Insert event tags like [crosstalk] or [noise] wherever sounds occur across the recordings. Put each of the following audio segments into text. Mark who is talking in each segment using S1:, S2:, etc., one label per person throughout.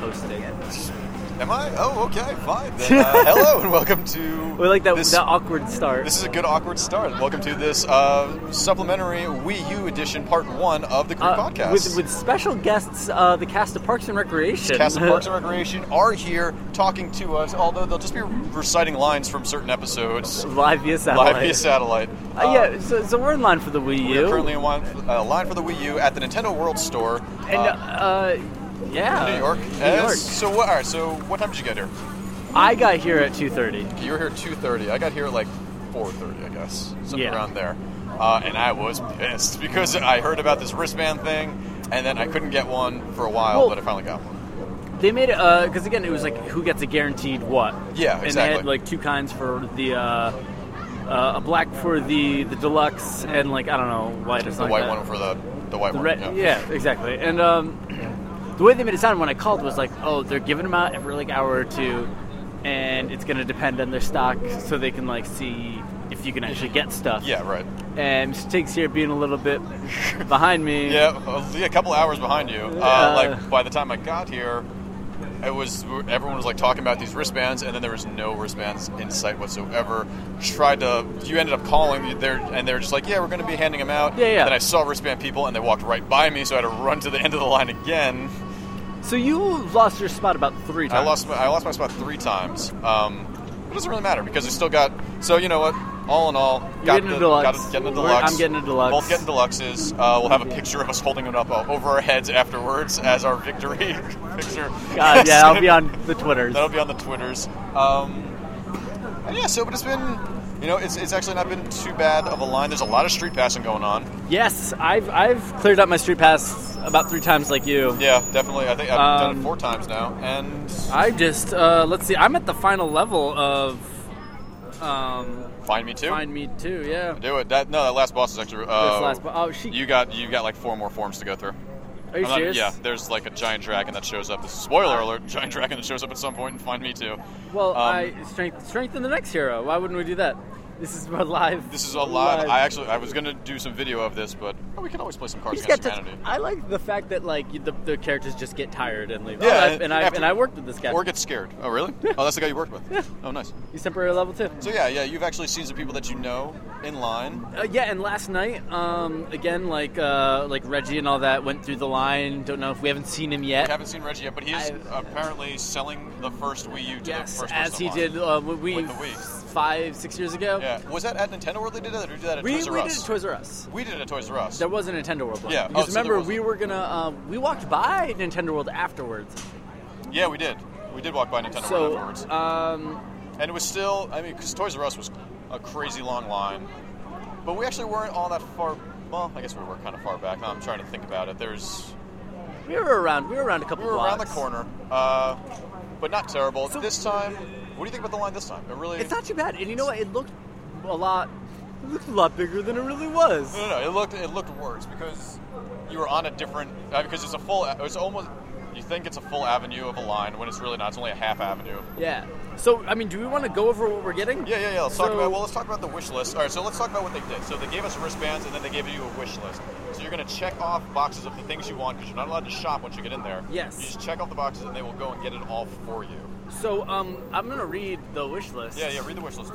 S1: hosting it.
S2: Am I? Oh, okay,
S1: [laughs]
S2: fine. Then, uh, hello and welcome to.
S1: We like that,
S2: This,
S1: that awkward start.
S2: this is a good awkward start. Welcome to this uh, supplementary Wii U edition, part one of the Crew
S1: Uh,
S2: Podcast.
S1: with, with special guests, uh, the cast of Parks and Recreation.
S2: Cast of Parks and Recreation are here talking to us, although they'll just be reciting lines from certain
S1: [laughs]
S2: episodes
S1: Live via satellite.
S2: live via satellite.
S1: Uh, yeah, so, so we're in line for the Wii U.
S2: We're currently in line, uh, line for the Wii U at the Nintendo World Store
S1: and uh,
S2: uh,
S1: yeah,
S2: in New York.
S1: New
S2: Uh,
S1: York.
S2: So what? All right. So what time did you get here?
S1: I got here at two thirty.
S2: You were here at two thirty. I got here at like four thirty, I guess, something
S1: Yeah.
S2: around there. Uh, and I was pissed [laughs] because I heard about this wristband thing, and then I couldn't get one for a while,
S1: Well-
S2: but I finally got one.
S1: They made it because again, it was like who gets a guaranteed what?
S2: Yeah,
S1: And they
S2: exactly.
S1: had like two kinds for the. Uh, uh, a black for the the deluxe and like I don't know white or
S2: The
S1: something.
S2: white
S1: like that.
S2: one for the the white
S1: The
S2: one.
S1: red, yeah. exactly. And um, the way they made it sound when I called was like, oh, they're giving them out every like hour or two, and it's gonna depend on their stock, so they can like see if you can actually get stuff.
S2: Yeah, right.
S1: And Stig's here being a little bit behind me.
S2: [laughs] Yeah, uh, yeah, a couple hours behind you. Uh,
S1: Uh,
S2: like by the time I got here, it was everyone was like talking about these wristbands, and then there was no wristbands in sight whatsoever. Tried to, you ended up calling there, and they were just like, "Yeah, we're going to be handing them out."
S1: Yeah, yeah.
S2: Then I saw wristband people, and they walked right by me, so I had to run to the end of the line again.
S1: So you lost your spot about three
S2: I
S1: times.
S2: lost my, I lost my spot three times. Um, but it doesn't really matter because I still got. So you know what? All in all,
S1: You're
S2: got
S1: getting
S2: the,
S1: a deluxe.
S2: Got, getting a
S1: We're-
S2: deluxe.
S1: I'm getting a deluxe.
S2: Both getting deluxes. Uh, we'll have a picture of us holding it up uh, over our heads afterwards as our victory [laughs] picture.
S1: God, yeah, I'll
S2: [laughs]
S1: be on the Twitters.
S2: That'll be on the Twitters. Um, and yeah, so but it's been, you know, it's, it's actually not been too bad of a line. There's a lot of street passing going on.
S1: [laughs] Yes, I've I've cleared out my street pass about three times, like you.
S2: Yeah, definitely. I think I've done it
S1: Um,
S2: four times now, and
S1: I just uh, let's see. I'm at the final level of um,
S2: find me too.
S1: find me too. Yeah.
S2: Do it. That no, that last boss is actually. Uh,
S1: This last bo- oh, she-
S2: You got you got like four more forms to go through.
S1: Are you
S2: I'm not-
S1: serious?
S2: yeah, there's like a giant dragon that shows up. Spoiler alert: [laughs] giant dragon that shows up at some point and find me too.
S1: Well,
S2: Um,
S1: I strength, strengthen the next hero. Why wouldn't we do that? This is my live.
S2: This is a lot. I actually I was gonna do some video of this, but oh, we can always play some cards
S1: He's got
S2: against
S1: to,
S2: humanity.
S1: I like the fact that like you- the, the characters just get tired and leave.
S2: Yeah,
S1: Oh, I-
S2: and
S1: and I
S2: after-
S1: and I worked with this guy.
S2: Or get scared.
S1: [laughs]
S2: Oh really? Oh, that's the guy you worked with. Oh nice.
S1: He's temporary level two.
S2: So yeah, yeah, you've actually seen some people that you know in line.
S1: Uh, yeah, and last night, um, again, like uh, like Reggie and all that went through the line. Don't know if we haven't seen him
S2: We
S1: yet.
S2: haven't seen Reggie yet, but he is
S1: I've-
S2: apparently selling the first Wii U to the
S1: Yes,
S2: first
S1: as
S2: person
S1: he
S2: in line.
S1: did uh, when we
S2: With the Wii.
S1: five six years ago.
S2: Yeah. Was that at Nintendo World they did that, or did we do that at
S1: we,
S2: Toys R
S1: we
S2: Us?
S1: did it at Toys R Us.
S2: We did it at Toys R Us.
S1: There was a Nintendo World. line.
S2: Yeah, oh,
S1: Because
S2: so there
S1: remember,
S2: was-
S1: we were gonna uh, we walked by Nintendo World afterwards.
S2: yeah, we did. We did walk by Nintendo World
S1: So,
S2: afterwards.
S1: um,
S2: and it was still, I mean, because Toys R Us was a crazy long line. But we actually weren't all that far. Well, I guess we were kind of far back. I'm trying to think about it. There's.
S1: we were around. We were around a couple
S2: We were
S1: blocks.
S2: around the corner, uh, but not terrible.
S1: So-
S2: this time, what do you think about the line this time? It really.
S1: It's not too bad, and you know what? It looked a lot. It looked a lot bigger than it really was.
S2: No, no, no. It looked it looked worse because you were on a different uh, because it's a full. It's almost you think it's a full avenue of a line when it's really not. It's only a half avenue.
S1: Yeah. So I mean, do we want to go over what we're getting?
S2: Yeah, yeah, yeah. Let's talk
S1: So-
S2: about well. Let's talk about the wish list. All right, so let's talk about what they did. So they gave us wristbands, and then they gave you a wish list. So you're gonna check off boxes of the things you want because you're not allowed to shop once you get in there.
S1: Yes.
S2: You just check off the boxes, and they will go and get it all for you.
S1: So um, I'm gonna read the wish list.
S2: Yeah, yeah. Read the wish list.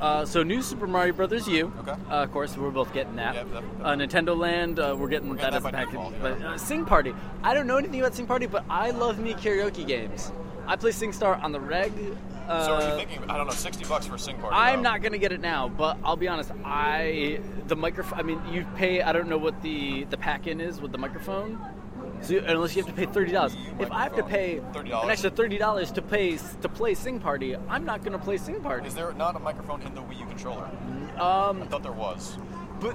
S1: Uh, so new Super Mario Brothers U.
S2: Okay.
S1: Uh, of course, we're both getting that.
S2: Yep, yep, yep.
S1: Uh, Nintendo Land, uh, we're getting
S2: We're
S1: that
S2: getting
S1: as
S2: that
S1: a
S2: by
S1: package.
S2: default,
S1: But
S2: yeah.
S1: uh, Sing Party. I don't know anything about Sing Party, but I love me karaoke games. I play Sing Star on the reg. Uh,
S2: So are you thinking? I don't know. Sixty bucks for a sing party.
S1: I'm
S2: though.
S1: not gonna get it now, but I'll be honest. I the microphone. I mean, you pay. I don't know what the the pack in is with the microphone. So you, unless you have to pay thirty dollars, if I have to
S2: Microphone,
S1: pay
S2: $30.
S1: an extra thirty dollars to play to play Sing Party, I'm not gonna play Sing Party.
S2: Is there not a microphone in the Wii U controller? I
S1: Um,
S2: thought there was.
S1: but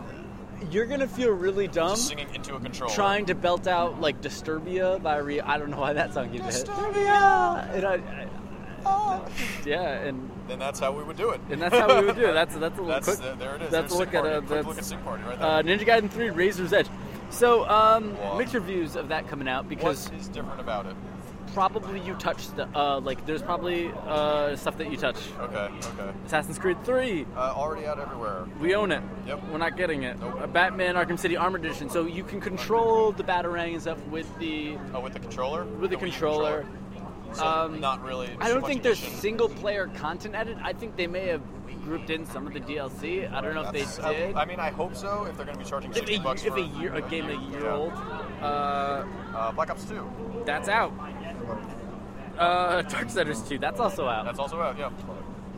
S1: you're gonna feel really dumb
S2: Just singing into a controller.
S1: um, trying to belt out like Disturbia by Re. I don't know why that song gives a hit.
S2: Disturbia.
S1: And I, I, yeah, and
S2: [laughs] Then that's how we would do it.
S1: and that's how we would do it. That's that's a little
S2: That's
S1: quick.
S2: the- there it is.
S1: That's
S2: There's
S1: a look
S2: Sing
S1: at
S2: Party.
S1: a
S2: Quick
S1: that's,
S2: look at Sing Party right
S1: Uh, Ninja Gaiden 3 Razor's Edge. So um,
S2: Wow.
S1: mixed reviews of that coming out
S2: what
S1: because
S2: is different about it?
S1: probably you touched the uh, like there's probably uh, stuff that you touch.
S2: Okay, okay.
S1: Assassin's Creed 3.
S2: Uh, already out everywhere.
S1: We own it.
S2: Yep.
S1: We're not getting it.
S2: Nope.
S1: Uh, Batman Arkham City Armored Edition. So you can control the Batarang and stuff with the
S2: Oh, with the controller.
S1: with the
S2: Wii U
S1: controller.
S2: So
S1: Um,
S2: not really.
S1: I don't
S2: much
S1: think there's
S2: addition.
S1: single player content added. I think they may have grouped in some of the DLC. I don't know if they
S2: That's- uh,
S1: did.
S2: I mean, I hope so. If they're going to be charging
S1: If
S2: sixty bucks
S1: a, if
S2: for
S1: a year a game a year
S2: Yeah.
S1: old, uh,
S2: uh, Black Ops Two,
S1: that's out. Uh, Darksiders 2, that's also out.
S2: that's also out. Yeah.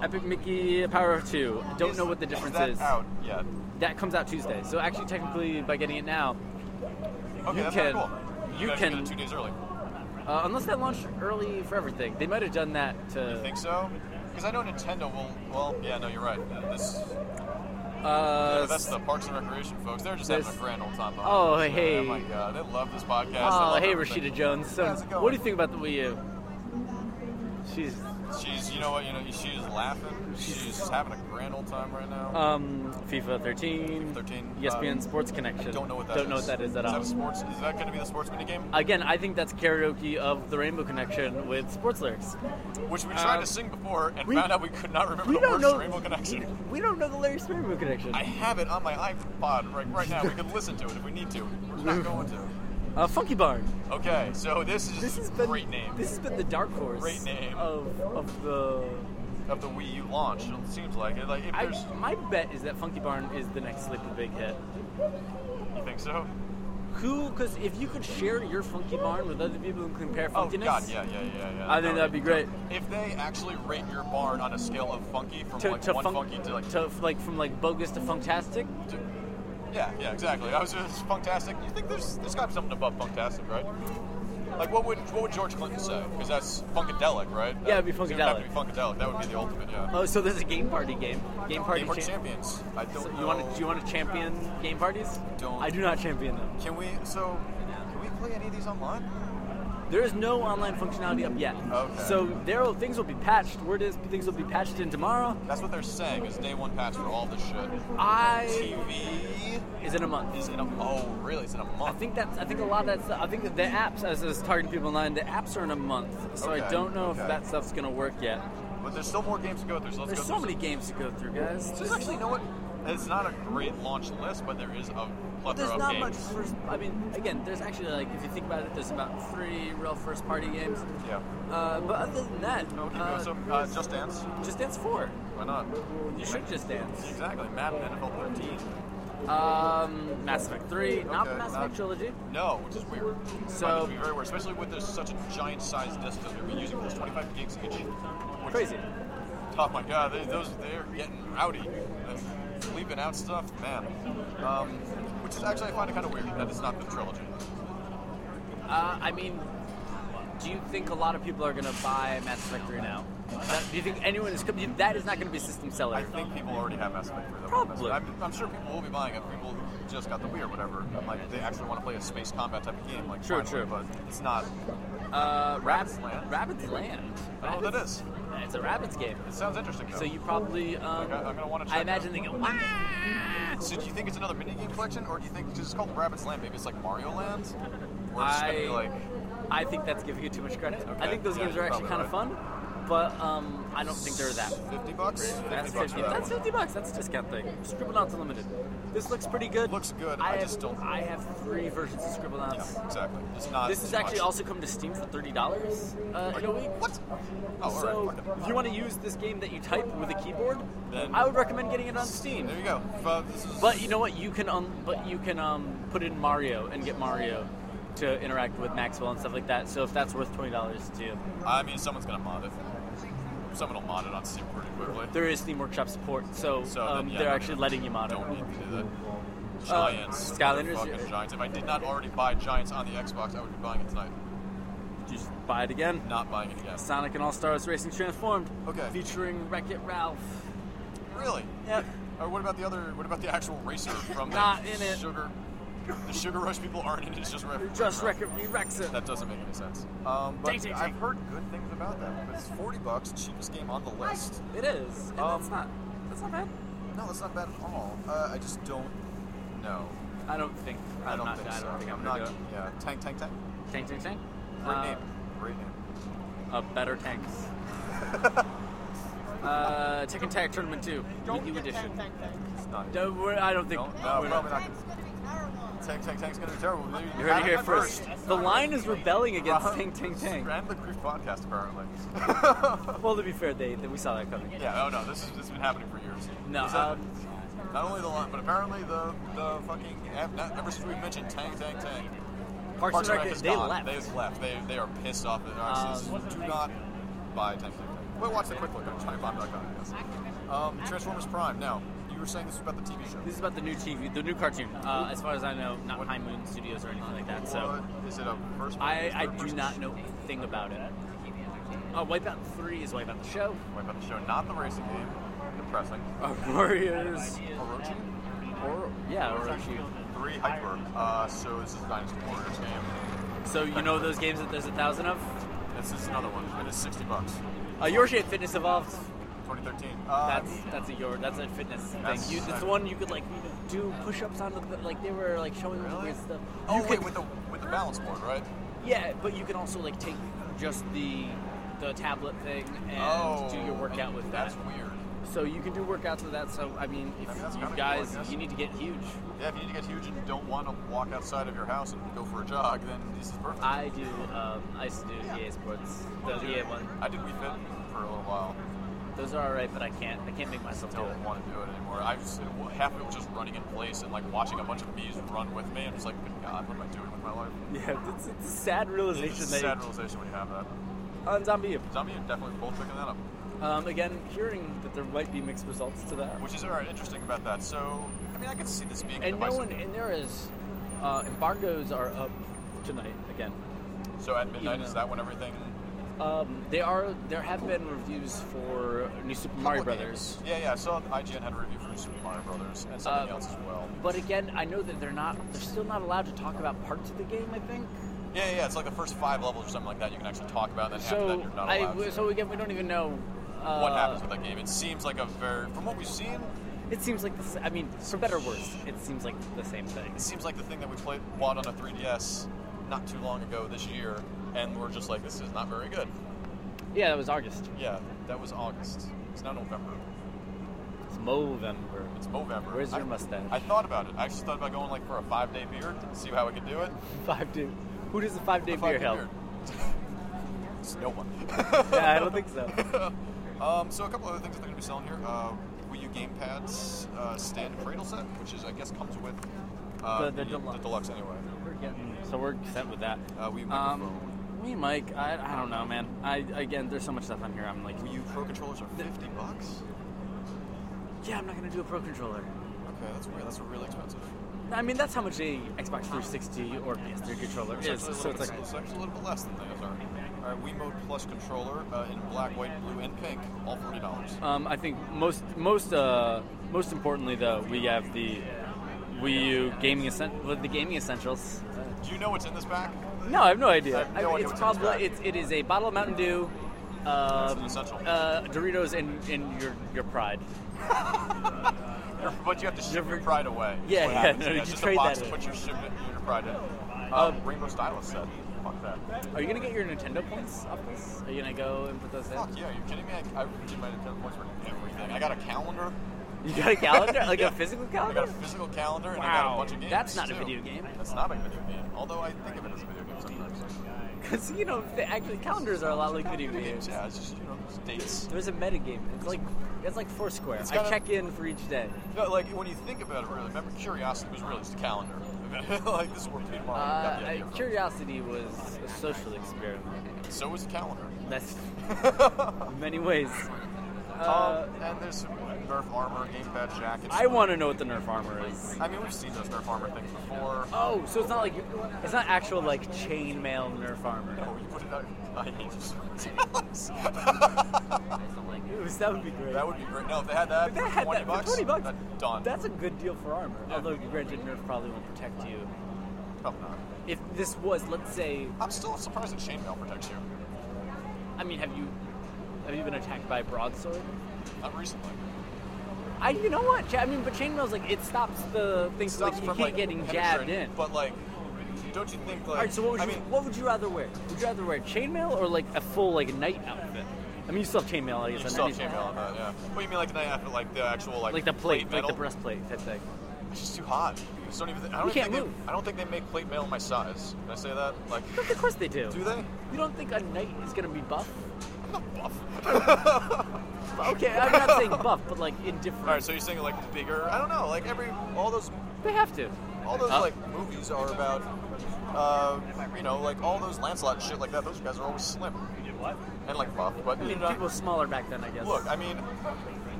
S1: Epic Mickey Power of 2, don't
S2: Is-
S1: know what the difference
S2: is. That
S1: is.
S2: out yet?
S1: That comes out Tuesday. So actually, technically, by getting it now,
S2: Okay,
S1: You
S2: that's
S1: can-
S2: kind of cool.
S1: you
S2: guys
S1: can-
S2: get it two days early.
S1: uh, unless that launched early for everything, they might have done that to.
S2: Think so? Because I know Nintendo will. Well, yeah, no, you're right. This,
S1: Uh,
S2: that's the Parks and Recreation folks. They're just
S1: this-
S2: having a grand old time.
S1: Oh,
S2: behind this, man.
S1: hey.
S2: Oh my god, they love this podcast. They
S1: oh,
S2: love
S1: hey,
S2: everything.
S1: Rashida Jones. So,
S2: How's it going?
S1: what do you think about the Wii U? She's
S2: She's, you know what, you know, she's laughing. She's just having a grand old time right now.
S1: um, FIFA E 13,
S2: 13,
S1: ESPN
S2: um,
S1: Sports Connection.
S2: Don't know what that
S1: Don't
S2: is.
S1: know what that is at all.
S2: Is that, a sports, is that going to be the sports mini game,
S1: Again, I think that's karaoke of the Rainbow Connection with sports lyrics.
S2: which we tried
S1: Um,
S2: to sing before and
S1: we-
S2: found out we could not remember
S1: we
S2: the
S1: don't
S2: words
S1: know-
S2: to Rainbow Connection.
S1: [laughs] We don't know the lyrics to Rainbow Connection.
S2: I have it on my iPod right, right now. We can listen to it if we need to. We're not going to.
S1: Uh, Funky Barn.
S2: Okay, so this is
S1: This has
S2: a
S1: been
S2: great name
S1: This has been the dark horse.
S2: Great name.
S1: of of the.
S2: of the Wii U launch. It seems like it. Like if
S1: I,
S2: there's,
S1: my bet is that Funky Barn is the next Sleepy Big hit.
S2: you think so?
S1: Who? Because if you could share your Funky Barn with other people and compare
S2: Oh
S1: funkiness,
S2: God, yeah, yeah, yeah, yeah.
S1: I think
S2: That
S1: that'd be
S2: would-
S1: great.
S2: If they actually rate your barn on a scale of funky from
S1: To,
S2: like
S1: to
S2: one
S1: funk-
S2: funky to like
S1: to like from like bogus to funktastic.
S2: to- yeah, yeah, exactly. I was just funktastic. You think there's there's got to be something above funktastic, right? Like what would what would George Clinton say? Because that's funkadelic, right?
S1: Yeah, it'd be
S2: That- it would have to be funkadelic. That would be the ultimate. Yeah.
S1: Oh, so there's a game party game. Game party.
S2: Game Party
S1: cha-
S2: champions. I don't.
S1: So
S2: know.
S1: you want to? Do you want to champion game parties?
S2: Don't.
S1: I do not champion them.
S2: Can we? So can we play any of these online?
S1: There is no online functionality up yet.
S2: Okay.
S1: So there will, things will be patched. Word is things will be patched in tomorrow.
S2: That's what they're saying. Is day one patch for all this shit.
S1: I
S2: TV.
S1: is in a month.
S2: is in a oh really it's in a
S1: I
S2: month
S1: think that's. I think a lot of that's. I think that the apps, as I was talking to people online, the apps are in a month. So I
S2: Okay,
S1: don't know if
S2: okay.
S1: that stuff's gonna work yet.
S2: but there's still more games to go through so let's
S1: There's
S2: go
S1: so many games to go through, guys.
S2: there's actually you know what it's not a great launch list but there is a plethora
S1: There's
S2: of
S1: not much.
S2: games
S1: First, I mean, again, there's actually like if you think about it, there's about three real first party games.
S2: yeah
S1: Uh, but other than that,
S2: okay
S1: uh,
S2: so uh, just dance
S1: just dance four.
S2: why not
S1: You should just dance.
S2: exactly madden nfl 13
S1: Um, Mass Effect three, not the
S2: Okay,
S1: Mass
S2: not-
S1: Effect trilogy.
S2: no which is weird
S1: So-
S2: Which is very weird especially with this such a giant size disk that they're using for this 25 gigs each which
S1: Crazy.
S2: oh my god they, those they're getting rowdy and leaving out stuff man um, which is actually I find it kind of weird that it's not the trilogy
S1: Uh, I mean, do you think a lot of people are going to buy Mass Effect 3 now? That- do you think anyone is? That is not going to be a system seller.
S2: I think people already have Mass Effect 3. though.
S1: Probably.
S2: I'm, I'm sure people will be buying it. People who just got the Wii or whatever, and, like they actually want to play a space combat type of game. Like
S1: True, true.
S2: finally, But it's not.
S1: uh,
S2: Rabbids Land?
S1: Rabbit's Land.
S2: I don't know what that is.
S1: It's a rabbit's game.
S2: It sounds interesting though.
S1: So you probably. Um,
S2: Like, I- I'm gonna wanna
S1: I
S2: check
S1: imagine
S2: it
S1: they go. Wah!
S2: so do you think it's another minigame collection, or do you think because it's called Rabbit's Land, maybe it's like Mario Land, or it's just gonna
S1: I,
S2: be like
S1: I think that's giving you too much credit. I
S2: Okay.
S1: think those
S2: Yeah,
S1: games are actually
S2: probably
S1: kind of fun, but um, I don't think they're that.
S2: fifty bucks?
S1: That's
S2: bucks
S1: fifty.
S2: for that
S1: That's
S2: one.
S1: fifty bucks. That's a discount thing. Scribblenauts Unlimited. This looks pretty good.
S2: Looks good. I
S1: I,
S2: just
S1: have,
S2: don't-
S1: I have three versions of Scribblenauts.
S2: Yeah, exactly. It's not.
S1: This is
S2: too
S1: actually
S2: much.
S1: also come to Steam for thirty dollars uh, in a week.
S2: What? Oh, all
S1: so
S2: right, fuck it.
S1: if you want to use this game that you type with a keyboard,
S2: Then-
S1: I would recommend getting it on Steam.
S2: There you go. Uh, this is-
S1: But you know what? You can um, but you can um, put in Mario and get Mario to interact with Maxwell and stuff like that. So if that's worth twenty dollars to you,
S2: I mean, someone's gonna mod it. Someone will mod it on Steam pretty quickly.
S1: there is Steam Workshop support. So,
S2: So then,
S1: um,
S2: yeah,
S1: they're
S2: I
S1: actually
S2: mean,
S1: letting you mod
S2: Don't
S1: it.
S2: need to do that. Giants.
S1: Uh, Skylanders,
S2: Fucking
S1: yeah.
S2: Giants. If I did not already buy Giants on the Xbox, I would be buying it tonight.
S1: Just buy it again.
S2: Not buying it again.
S1: Sonic and All Stars Racing Transformed,
S2: Okay.
S1: featuring Wreck It Ralph.
S2: Really?
S1: Yep.
S2: Or what about the other? What about the actual
S1: [laughs]
S2: racer from the
S1: Not in it.
S2: Sugar? The Sugar Rush people aren't in it. It's just Wreck.
S1: Just Wreck It Rex it.
S2: That doesn't make any sense. Um, but
S1: Ding, ding,
S2: I've
S1: ding.
S2: heard good things about that. But it's forty bucks, cheapest game on the list.
S1: It is. And
S2: Um,
S1: that's not. That's not bad.
S2: No, that's not bad at all. Uh, I just don't know.
S1: I don't think.
S2: I
S1: I'm
S2: don't
S1: not,
S2: think
S1: I
S2: so.
S1: don't think I'm
S2: not.
S1: gonna do it.
S2: Yeah, tank, tank, tank.
S1: Tank, tank, tank.
S2: Great
S1: Uh,
S2: name. Great name.
S1: uh, better [laughs] tanks. uh, Tekken Tag Tournament 2, Wii U edition.
S2: It's not.
S1: Don't worry, I don't think.
S2: No, no,
S1: we're
S2: probably
S1: not-
S2: not. Tank Tank Tank's gonna be terrible. You
S1: You heard it here first. Uh-huh. The line is rebelling against Ting Ting Ting.
S2: And Uh-huh. the Grief podcast, apparently.
S1: Well, to be fair, they, we saw that coming.
S2: yeah. Oh no, this is this has been happening for years.
S1: No,
S2: Is that-
S1: um,
S2: not only the line, but apparently the the fucking ev- not, ever since we mentioned Tank Tank Tank.
S1: Parks, and Rec,
S2: is
S1: they
S2: gone.
S1: left.
S2: They've left. They they are pissed off at us.
S1: Um,
S2: do not buy Tank Tank Tank. Wait, watch the quick look on TimeBomb.com. Yes. Um, Transformers Prime. Now you were saying this was about the TV show.
S1: This is about the new TV, the new cartoon. Uh, as far as I know, not High Moon Studios or anything like that. So
S2: What- is it a first?
S1: I, I
S2: third
S1: do
S2: person
S1: not
S2: show?
S1: know a thing about it. Uh, Wipeout 3 is Wipeout the show.
S2: Wait, about the show, not the racing game. Depressing.
S1: Oh, [laughs] Warriors.
S2: Orochi.
S1: Or, yeah, Orochi.
S2: Three hyper. Uh, so this is Dynasty Warriors game.
S1: So you know those games that there's a thousand of?
S2: This is another one, and it's sixty bucks.
S1: Uh, Yoshi at Fitness Evolved.
S2: 2013.
S1: That's
S2: Uh,
S1: that's a your that's a fitness
S2: That's-
S1: thing. You, that's the one you could like do push-ups on the like they were like showing
S2: Really?
S1: weird stuff.
S2: oh
S1: you
S2: wait,
S1: could-
S2: with the with the balance board, right?
S1: Yeah, but you can also like take just the the tablet thing and
S2: oh,
S1: do your workout with that.
S2: That's weird.
S1: So you can do workouts with that. So I mean, if
S2: I mean, that's
S1: you
S2: kinda
S1: guys,
S2: cool, I guess.
S1: you need to get huge.
S2: Yeah, if you need to get huge and don't want to walk outside of your house and go for a jog, then this is perfect.
S1: I do. Um, I used to do EA Sports, the EA one.
S2: I did We Fit for a little while.
S1: Those are all right, but I can't. I can't make myself do it. [laughs]
S2: Don't want to do it anymore. I just half of it was just running in place and like watching a bunch of bees run with me. I'm just like, good God, what am I doing with my life?
S1: Yeah, it's, it's a sad realization
S2: It's a
S1: that
S2: sad realization when you have that.
S1: on Zombie.
S2: Zombie definitely both picking that up.
S1: Um, again, hearing that there might be mixed results to that.
S2: Which is alright, interesting about that. So, I mean, I could see this being.
S1: and no
S2: divisive.
S1: one and there is uh, embargoes are up tonight again
S2: So at midnight
S1: Even
S2: is
S1: though-
S2: that when everything?
S1: um, they are there have been reviews for new super mario
S2: Couple games.
S1: brothers
S2: Yeah, yeah. I saw IGN had a review for Super Mario Brothers and something
S1: Uh,
S2: else as well.
S1: but again i know that they're not they're still not allowed to talk about parts of the game i think
S2: Yeah, yeah. It's like the first five levels or something like that you can actually talk about. And then after
S1: so
S2: that, you're not
S1: i
S2: allowed.
S1: w-
S2: to.
S1: so again we don't even know uh,
S2: what happens with that game? It seems like a very, from what we've seen,
S1: it seems like this i mean for better or worse it seems like the same thing
S2: it seems like the thing that we played bought on a 3DS not too long ago this year, and we're just like, this is not very good.
S1: yeah that was august
S2: Yeah, that was August. It's now November.
S1: it's november
S2: It's November.
S1: Where's your
S2: I-
S1: mustache?
S2: I thought about it. I actually thought about going like for a five day beard and see how I could do it.
S1: five day who does the five day
S2: If I
S1: beer
S2: could
S1: help
S2: beard. [laughs] It's no one. [laughs]
S1: yeah i don't think so
S2: um, so a couple other things that they're going to be selling here: uh, Wii U gamepads, uh, stand and cradle set, which is I guess comes with uh,
S1: The- the deluxe.
S2: anyway.
S1: We're getting, so we're set with that.
S2: Uh, we
S1: um, we Mike. I, I don't know, man. I again, there's so much stuff on here. I'm like,
S2: Wii U Pro controllers are fifty bucks.
S1: yeah, I'm not gonna do a pro controller.
S2: Okay, that's weird. That's really expensive.
S1: I mean, that's how much a Xbox 360 or PS3 controller is.
S2: actually a
S1: So
S2: little
S1: it's
S2: bit-
S1: like,
S2: it's actually a little bit less than those are. All right, Wiimote Plus controller uh, in black, white, blue, and pink, all forty dollars.
S1: um, I think most most uh, most importantly though, we have the Wii U gaming essen- with the gaming essentials.
S2: Do you know what's in this pack?
S1: No, I have no idea.
S2: I have no
S1: I mean,
S2: idea
S1: it's
S2: what's in this
S1: probably
S2: bag.
S1: it's, it is a bottle of Mountain Dew, um,
S2: an essential.
S1: uh, Doritos, and, and your your pride.
S2: But you have to ship
S1: You're-
S2: your pride away. is
S1: Yeah,
S2: what
S1: yeah,
S2: happens.
S1: no, you
S2: it's just
S1: trade
S2: a box
S1: that
S2: to
S1: in.
S2: put your, ship, your pride in. Um,
S1: Um,
S2: Rainbow Stylus set. Fuck that.
S1: Are you gonna get your Nintendo points off this? Are you gonna go and put those in?
S2: Fuck yeah, you're kidding me? I, I did my Nintendo points for everything. I got a calendar.
S1: You got a calendar, like
S2: Yeah.
S1: a physical
S2: I got [laughs]
S1: calendar? [laughs]
S2: a physical calendar and I got
S1: Oh. Wow,
S2: a bunch of games.
S1: that's not a
S2: too.
S1: video game.
S2: That's not a video game. Although I think of it as a video game sometimes.
S1: Because you know, th- actually, calendars are a lot like video
S2: Video
S1: games.
S2: games, yeah, it's just you know just dates.
S1: There's a metagame. It's like it's like Foursquare.
S2: It's
S1: I
S2: gotta-
S1: check in for each day.
S2: No, like when you think about it, really, remember curiosity was really just a calendar. [laughs] like this is where Peter
S1: Uh,
S2: Molyneux got the idea
S1: uh,
S2: from.
S1: curiosity was a social experiment.
S2: So was a calendar. [laughs]
S1: That's in many ways. Uh,
S2: um, and there's some Nerf armor, gamepad jackets.
S1: I want to know what the Nerf armor is.
S2: I mean, we've seen those Nerf armor things before.
S1: Oh, so it's not like it's not actual like chainmail Nerf armor.
S2: [laughs] Oh, you put it out. I hate
S1: Ooh,
S2: [laughs]
S1: so that would be great.
S2: That would be great. No, if they had that,
S1: If that
S2: for
S1: had
S2: 20
S1: that
S2: bucks,
S1: for 20 bucks,
S2: that- done.
S1: That's a good deal for armor. Although, granted, Nerf probably won't protect you.
S2: Probably not.
S1: If this was, let's say,
S2: I'm still surprised that chainmail protects you.
S1: I mean, have you have you been attacked by a broadsword?
S2: Not recently.
S1: I, you know what? cha- I mean, but chainmail's like it stops the thing so like,
S2: Stops
S1: you
S2: from,
S1: can't
S2: like,
S1: getting jabbed
S2: penetrating,
S1: in.
S2: But like, don't you think like?
S1: All right, so what would
S2: I
S1: you
S2: mean,
S1: what would you rather wear? Would you rather wear chainmail or like a full like knight outfit? I mean, you still have chainmail, I guess.
S2: you
S1: on
S2: still have
S1: anything.
S2: chainmail on that, yeah. What do you mean like the night after like the actual like
S1: Like the plate, like
S2: metal?
S1: the breastplate type thing.
S2: It's just too hot. You just don't even. I don't
S1: We
S2: even
S1: can't
S2: think
S1: move.
S2: They, I don't think they make plate mail my size. Can I say that? Like, [laughs]
S1: Of course they do. [laughs]
S2: do they?
S1: You don't think a knight is gonna be buff?
S2: I'm not buff.
S1: [laughs] Okay, I'm not saying buff, but like indifferent.
S2: All right, so you're saying like bigger? I don't know. Like every all those
S1: they have to.
S2: all those
S1: Huh?
S2: like movies are about, uh, you know, like all those Lancelot shit like that. Those guys are always slim and like buff, but
S1: I mean,
S2: you know,
S1: people smaller back then, I guess.
S2: Look, I mean,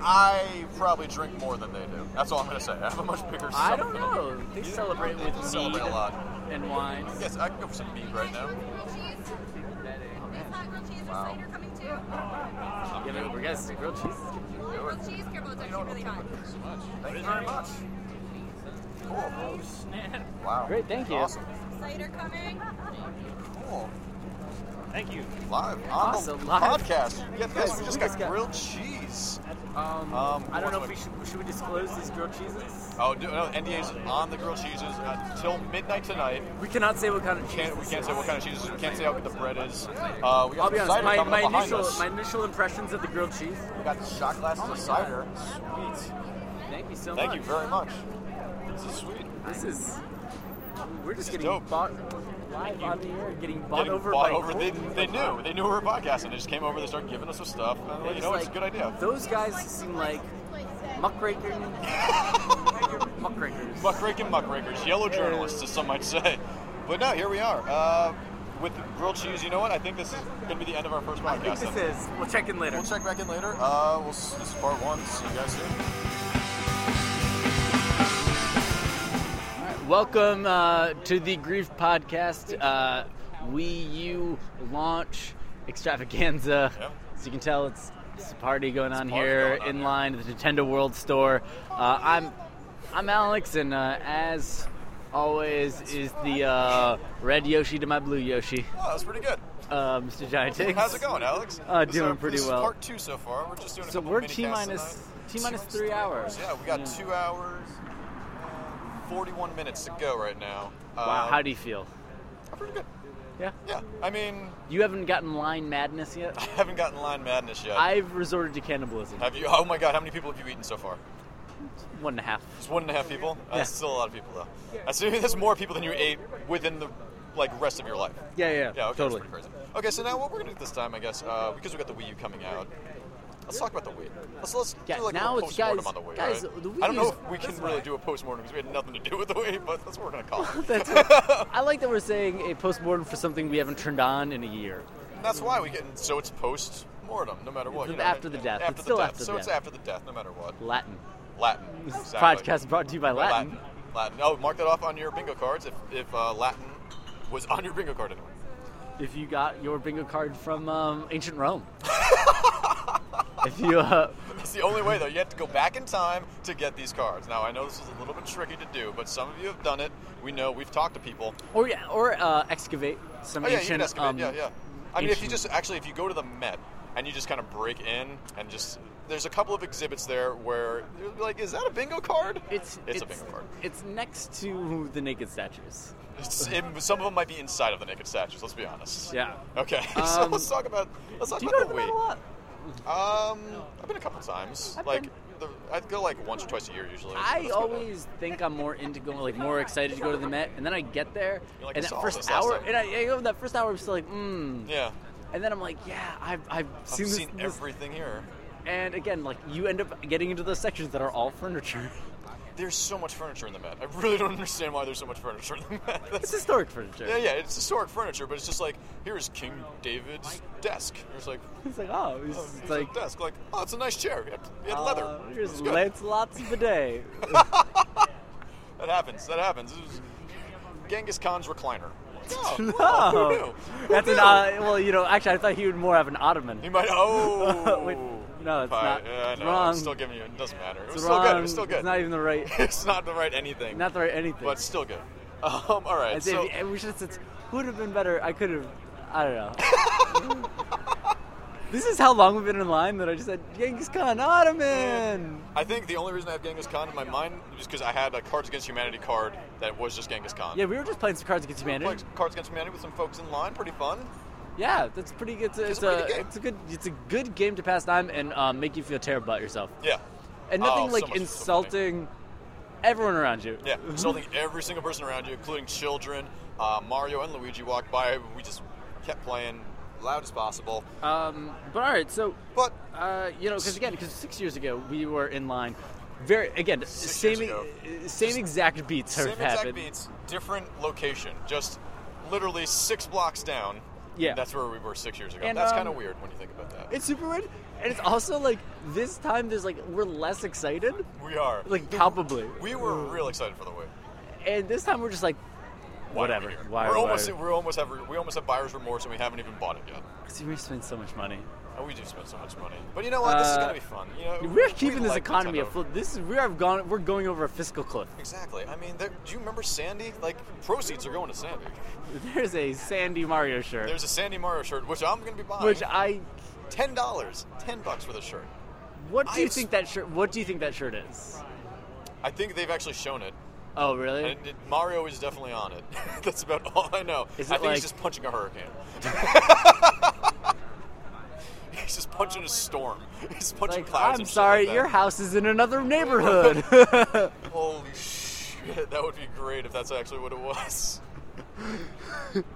S2: I probably drink more than they do. That's all I'm gonna say. I have a much bigger.
S1: I don't
S2: stomach.
S1: know. They
S2: You-
S1: celebrate
S2: they
S1: with
S2: do
S1: mead
S2: celebrate a lot.
S1: and wine.
S2: Yes, I can go for some meat right now.
S3: It's not grilled cheese or cider coming too.
S1: Yeah, but we're guys, grilled cheese.
S3: Only grilled cheese, careful, it's actually really hot.
S2: Thank you very much. Cool. Wow.
S1: Great, thank you.
S2: Awesome.
S3: Cider coming.
S2: Cool.
S4: Thank you.
S2: Live on the
S1: Awesome, live.
S2: podcast. We got this. We just
S1: Just
S2: got
S1: got-
S2: grilled cheese.
S1: Um,
S2: Um,
S1: I don't know
S2: what's
S1: if we should should we disclose these grilled cheeses.
S2: Oh, do, no, NDA's on the grilled cheeses until midnight tonight.
S1: We cannot say what kind of cheese.
S2: Can't, we
S1: this
S2: can't
S1: is.
S2: say what kind of cheeses. We can't say how good the bread is. Uh, we got
S1: I'll be
S2: the
S1: honest.
S2: cider
S1: My,
S2: coming
S1: my
S2: up behind
S1: initial
S2: us.
S1: my initial impressions of the grilled cheese.
S2: we got the shot glasses of cider. Sweet.
S1: Thank you so
S2: Thank
S1: much.
S2: you very much. This is sweet.
S1: This is. We're just
S2: is
S1: getting
S2: dope.
S1: bought live on the air, getting bought
S2: Getting
S1: over
S2: bought
S1: by
S2: over. They,
S1: corporate.
S2: they knew. They knew we were podcasting. They just came over. They started giving us some stuff. And I'm like, you
S1: It's
S2: know, it's a
S1: like,
S2: good idea.
S1: Those guys seem like
S2: [laughs]
S1: muckraking, muckrakers.
S2: Muckraking muckrakers, yellow journalists, as some might say. But no, here we are. Uh, with grilled cheese, you know what? I think this is going to be the end of our first podcast.
S1: I think this
S2: then.
S1: is. We'll check in later.
S2: We'll check back in later. Uh, we'll, s- this is part one. See you guys soon.
S1: Welcome uh, to the Grief Podcast, uh, Wii U launch extravaganza.
S2: Yep.
S1: As you can tell, it's, it's a party going on
S2: party
S1: here
S2: going on
S1: in
S2: here.
S1: line at the Nintendo World Store. Uh, I'm I'm Alex, and uh, as always, is the uh, red Yoshi to my blue Yoshi,
S2: Wow, that's Oh, pretty good.
S1: uh, Mr. Giant Tiggs.
S2: How's it going, Alex?
S1: Uh,
S2: This is
S1: doing
S2: our-
S1: pretty
S2: this is
S1: well.
S2: Part two so far. We're just doing. A
S1: So
S2: couple
S1: we're
S2: mini
S1: T
S2: casts
S1: minus
S2: tonight.
S1: T minus three hours.
S2: Yeah, we uh, got two hours, uh, forty-one minutes to go right now.
S1: Wow, how do you feel?
S2: I'm pretty good.
S1: Yeah.
S2: Yeah, I mean, [laughs]
S1: You haven't gotten line madness
S2: I [laughs]
S1: yet.
S2: haven't gotten line madness yet.
S1: I've resorted to cannibalism.
S2: have you? Oh my god, how many people have you eaten so far?
S1: One and a half.
S2: It's one and a half people.
S1: Yeah.
S2: That's still a lot of people, though. That's, [laughs] that's more people than you ate within the like rest of your life.
S1: Yeah, yeah,
S2: Yeah, okay,
S1: totally.
S2: That's pretty crazy. Okay, so now what we're gonna do this time, I guess, uh, because we got the Wii U coming out. Let's talk about the Wii. Let's let's
S1: Yeah,
S2: do like
S1: now
S2: a
S1: it's-
S2: post mortem
S1: guys-
S2: on the Wii.
S1: guys,
S2: right?
S1: the Wii
S2: I don't know
S1: is-
S2: if we can
S1: that's
S2: really
S1: why-
S2: do a post mortem because we had nothing to do with the Wii, but that's what we're gonna call
S1: [laughs]
S2: it.
S1: That's I like that we're saying a postmortem for something we haven't turned on in a year.
S2: And that's why we get so it's post mortem, no matter what.
S1: It's
S2: you know,
S1: after the death.
S2: After
S1: It's
S2: the
S1: still
S2: death.
S1: after the
S2: so it's
S1: death.
S2: after the death, no matter what.
S1: Latin.
S2: Latin.
S1: This
S2: Exactly.
S1: podcast brought to you by Latin.
S2: Latin. Latin. Oh, mark that off on your bingo cards if, if uh, Latin was on your bingo card anyway.
S1: If you got your bingo card from um, ancient Rome.
S2: [laughs]
S1: if you uh,
S2: It's the only way, though. You have to go back in time to get these cards. Now, I know this is a little bit tricky to do, but some of you have done it. We know. We've talked to people.
S1: or yeah, or uh, excavate some
S2: Oh, yeah, you can
S1: ancient.
S2: excavate.
S1: um,
S2: yeah, yeah. I mean, if you
S1: ancient-
S2: just actually, if you go to the Met and you just kind of break in and just there's a couple of exhibits there where you're like, is that a bingo card?
S1: It's,
S2: it's, a bingo card.
S1: It's next to the naked statues.
S2: It's, it, some of them might be inside of the naked statues. Let's be honest.
S1: Yeah.
S2: Okay. [laughs] so
S1: Um,
S2: let's talk about let's talk
S1: Do you go
S2: about
S1: to the
S2: the
S1: Met a
S2: Wii.
S1: lot?
S2: Um, I've been a couple times.
S1: I've
S2: like,
S1: been-
S2: the, I'd go like once or twice a year usually. Let's
S1: I
S2: go to-
S1: always think I'm more into going, like more excited to go to the Met, and then I get there,
S2: You're like,
S1: and that
S2: I saw
S1: first
S2: this last
S1: hour,
S2: time.
S1: and I, I go that first hour, I'm still like, mmm.
S2: Yeah.
S1: And then I'm like, yeah, I've, I've seen
S2: I've
S1: this,
S2: seen
S1: this-
S2: everything here.
S1: And again, like you end up getting into those sections that are all furniture. [laughs]
S2: There's so much furniture in the Met. I really don't understand why there's so much furniture in the Met.
S1: it's
S2: [laughs] That's-
S1: historic furniture.
S2: yeah, yeah, it's historic furniture, but it's just like here is King David's desk. You're just like,
S1: It's like oh, it's,
S2: oh,
S1: it's
S2: here's a
S1: like
S2: desk. Like, oh, it's a nice chair. It had, it had
S1: uh,
S2: leather. It's
S1: Here's
S2: good.
S1: Lancelot's bidet.
S2: That happens. That happens. It was Genghis Khan's
S1: [laughs]
S2: recliner. Oh,
S1: Oh,
S2: [laughs] who knew? Who
S1: that's an
S2: knew?
S1: uh, well, you know, actually, I thought he would more have an
S2: He
S1: ottoman.
S2: might.
S1: [laughs]
S2: Oh,
S1: Wait, no, it's
S2: Fine.
S1: not.
S2: Yeah, I
S1: It's
S2: know.
S1: wrong.
S2: I'm still giving you. It doesn't matter. It
S1: It's
S2: was still good. It was
S1: wrong.
S2: still good.
S1: It's not even the right,
S2: [laughs] It's not the right anything.
S1: not the right anything.
S2: But still good. Um, all right.
S1: I'd say
S2: So,
S1: if- we should have said, who would have been better? I could have. I don't know.
S2: [laughs]
S1: this is how long we've been in line that I just said Genghis Khan Ottoman.
S2: I think the only reason I have Genghis Khan in my mind is because I had a Cards Against Humanity card that was just Genghis Khan.
S1: Yeah, we were just playing some Cards Against Humanity.
S2: Played Cards Against Humanity with some folks in line. Pretty fun.
S1: Yeah, that's pretty good. It's a,
S2: It's
S1: it's,
S2: a pretty
S1: a,
S2: good game.
S1: it's a good it's a good game to pass time and um, make you feel terrible about yourself.
S2: Yeah.
S1: And nothing
S2: Oh, so
S1: like
S2: much- so funny.
S1: insulting everyone around you.
S2: Yeah, so I think every single person around you, including children, uh, Mario and Luigi walked by. We just kept playing loud as possible.
S1: Um, but all right, so
S2: But
S1: uh, you know, because again, because six years ago we were in line. Very again, same
S2: years ago.
S1: uh, same exact beats have
S2: same exact
S1: happened.
S2: beats, different location, just literally six blocks down.
S1: Yeah.
S2: that's where we were six years ago.
S1: And,
S2: that's
S1: um,
S2: kind of weird when you think about that.
S1: It's super weird, and it's also like this time there's like we're less excited,
S2: we are
S1: like palpably,
S2: we were real excited for the wave.
S1: and this time we're just like
S2: Why are
S1: whatever.
S2: we here?
S1: Why?
S2: we're
S1: why-
S2: almost we almost have we almost have buyer's remorse and we haven't even bought it yet.
S1: See, we spend so much money.
S2: And we do spend so much money, but you know what? This is
S1: Uh,
S2: gonna be fun. You know,
S1: We're
S2: we
S1: keeping this
S2: like
S1: economy
S2: Nintendo.
S1: afloat. This is we are gone. We're going over a fiscal cliff. [laughs]
S2: Exactly. I mean, there, do you remember Sandy? Like, proceeds are going to Sandy.
S1: There's a Sandy Mario shirt,
S2: There's a Sandy Mario shirt, which I'm going to be buying.
S1: which I.
S2: ten dollars, ten bucks for the shirt.
S1: What do
S2: I
S1: you
S2: have
S1: think
S2: s-
S1: that shirt? What do you think that shirt is?
S2: I think they've actually shown it,
S1: Oh, really?
S2: and it, Mario is definitely on it. [laughs] That's about all I know.
S1: Is it
S2: I think
S1: like-
S2: he's just punching
S1: [laughs]
S2: a hurricane. he's just punching a storm. He's punching
S1: Like,
S2: clouds.
S1: I'm
S2: and shit
S1: sorry,
S2: like that.
S1: your house is in
S2: [laughs]
S1: another neighborhood. I
S2: Holy shit, that would be great if that's actually what
S1: [laughs]
S2: it was.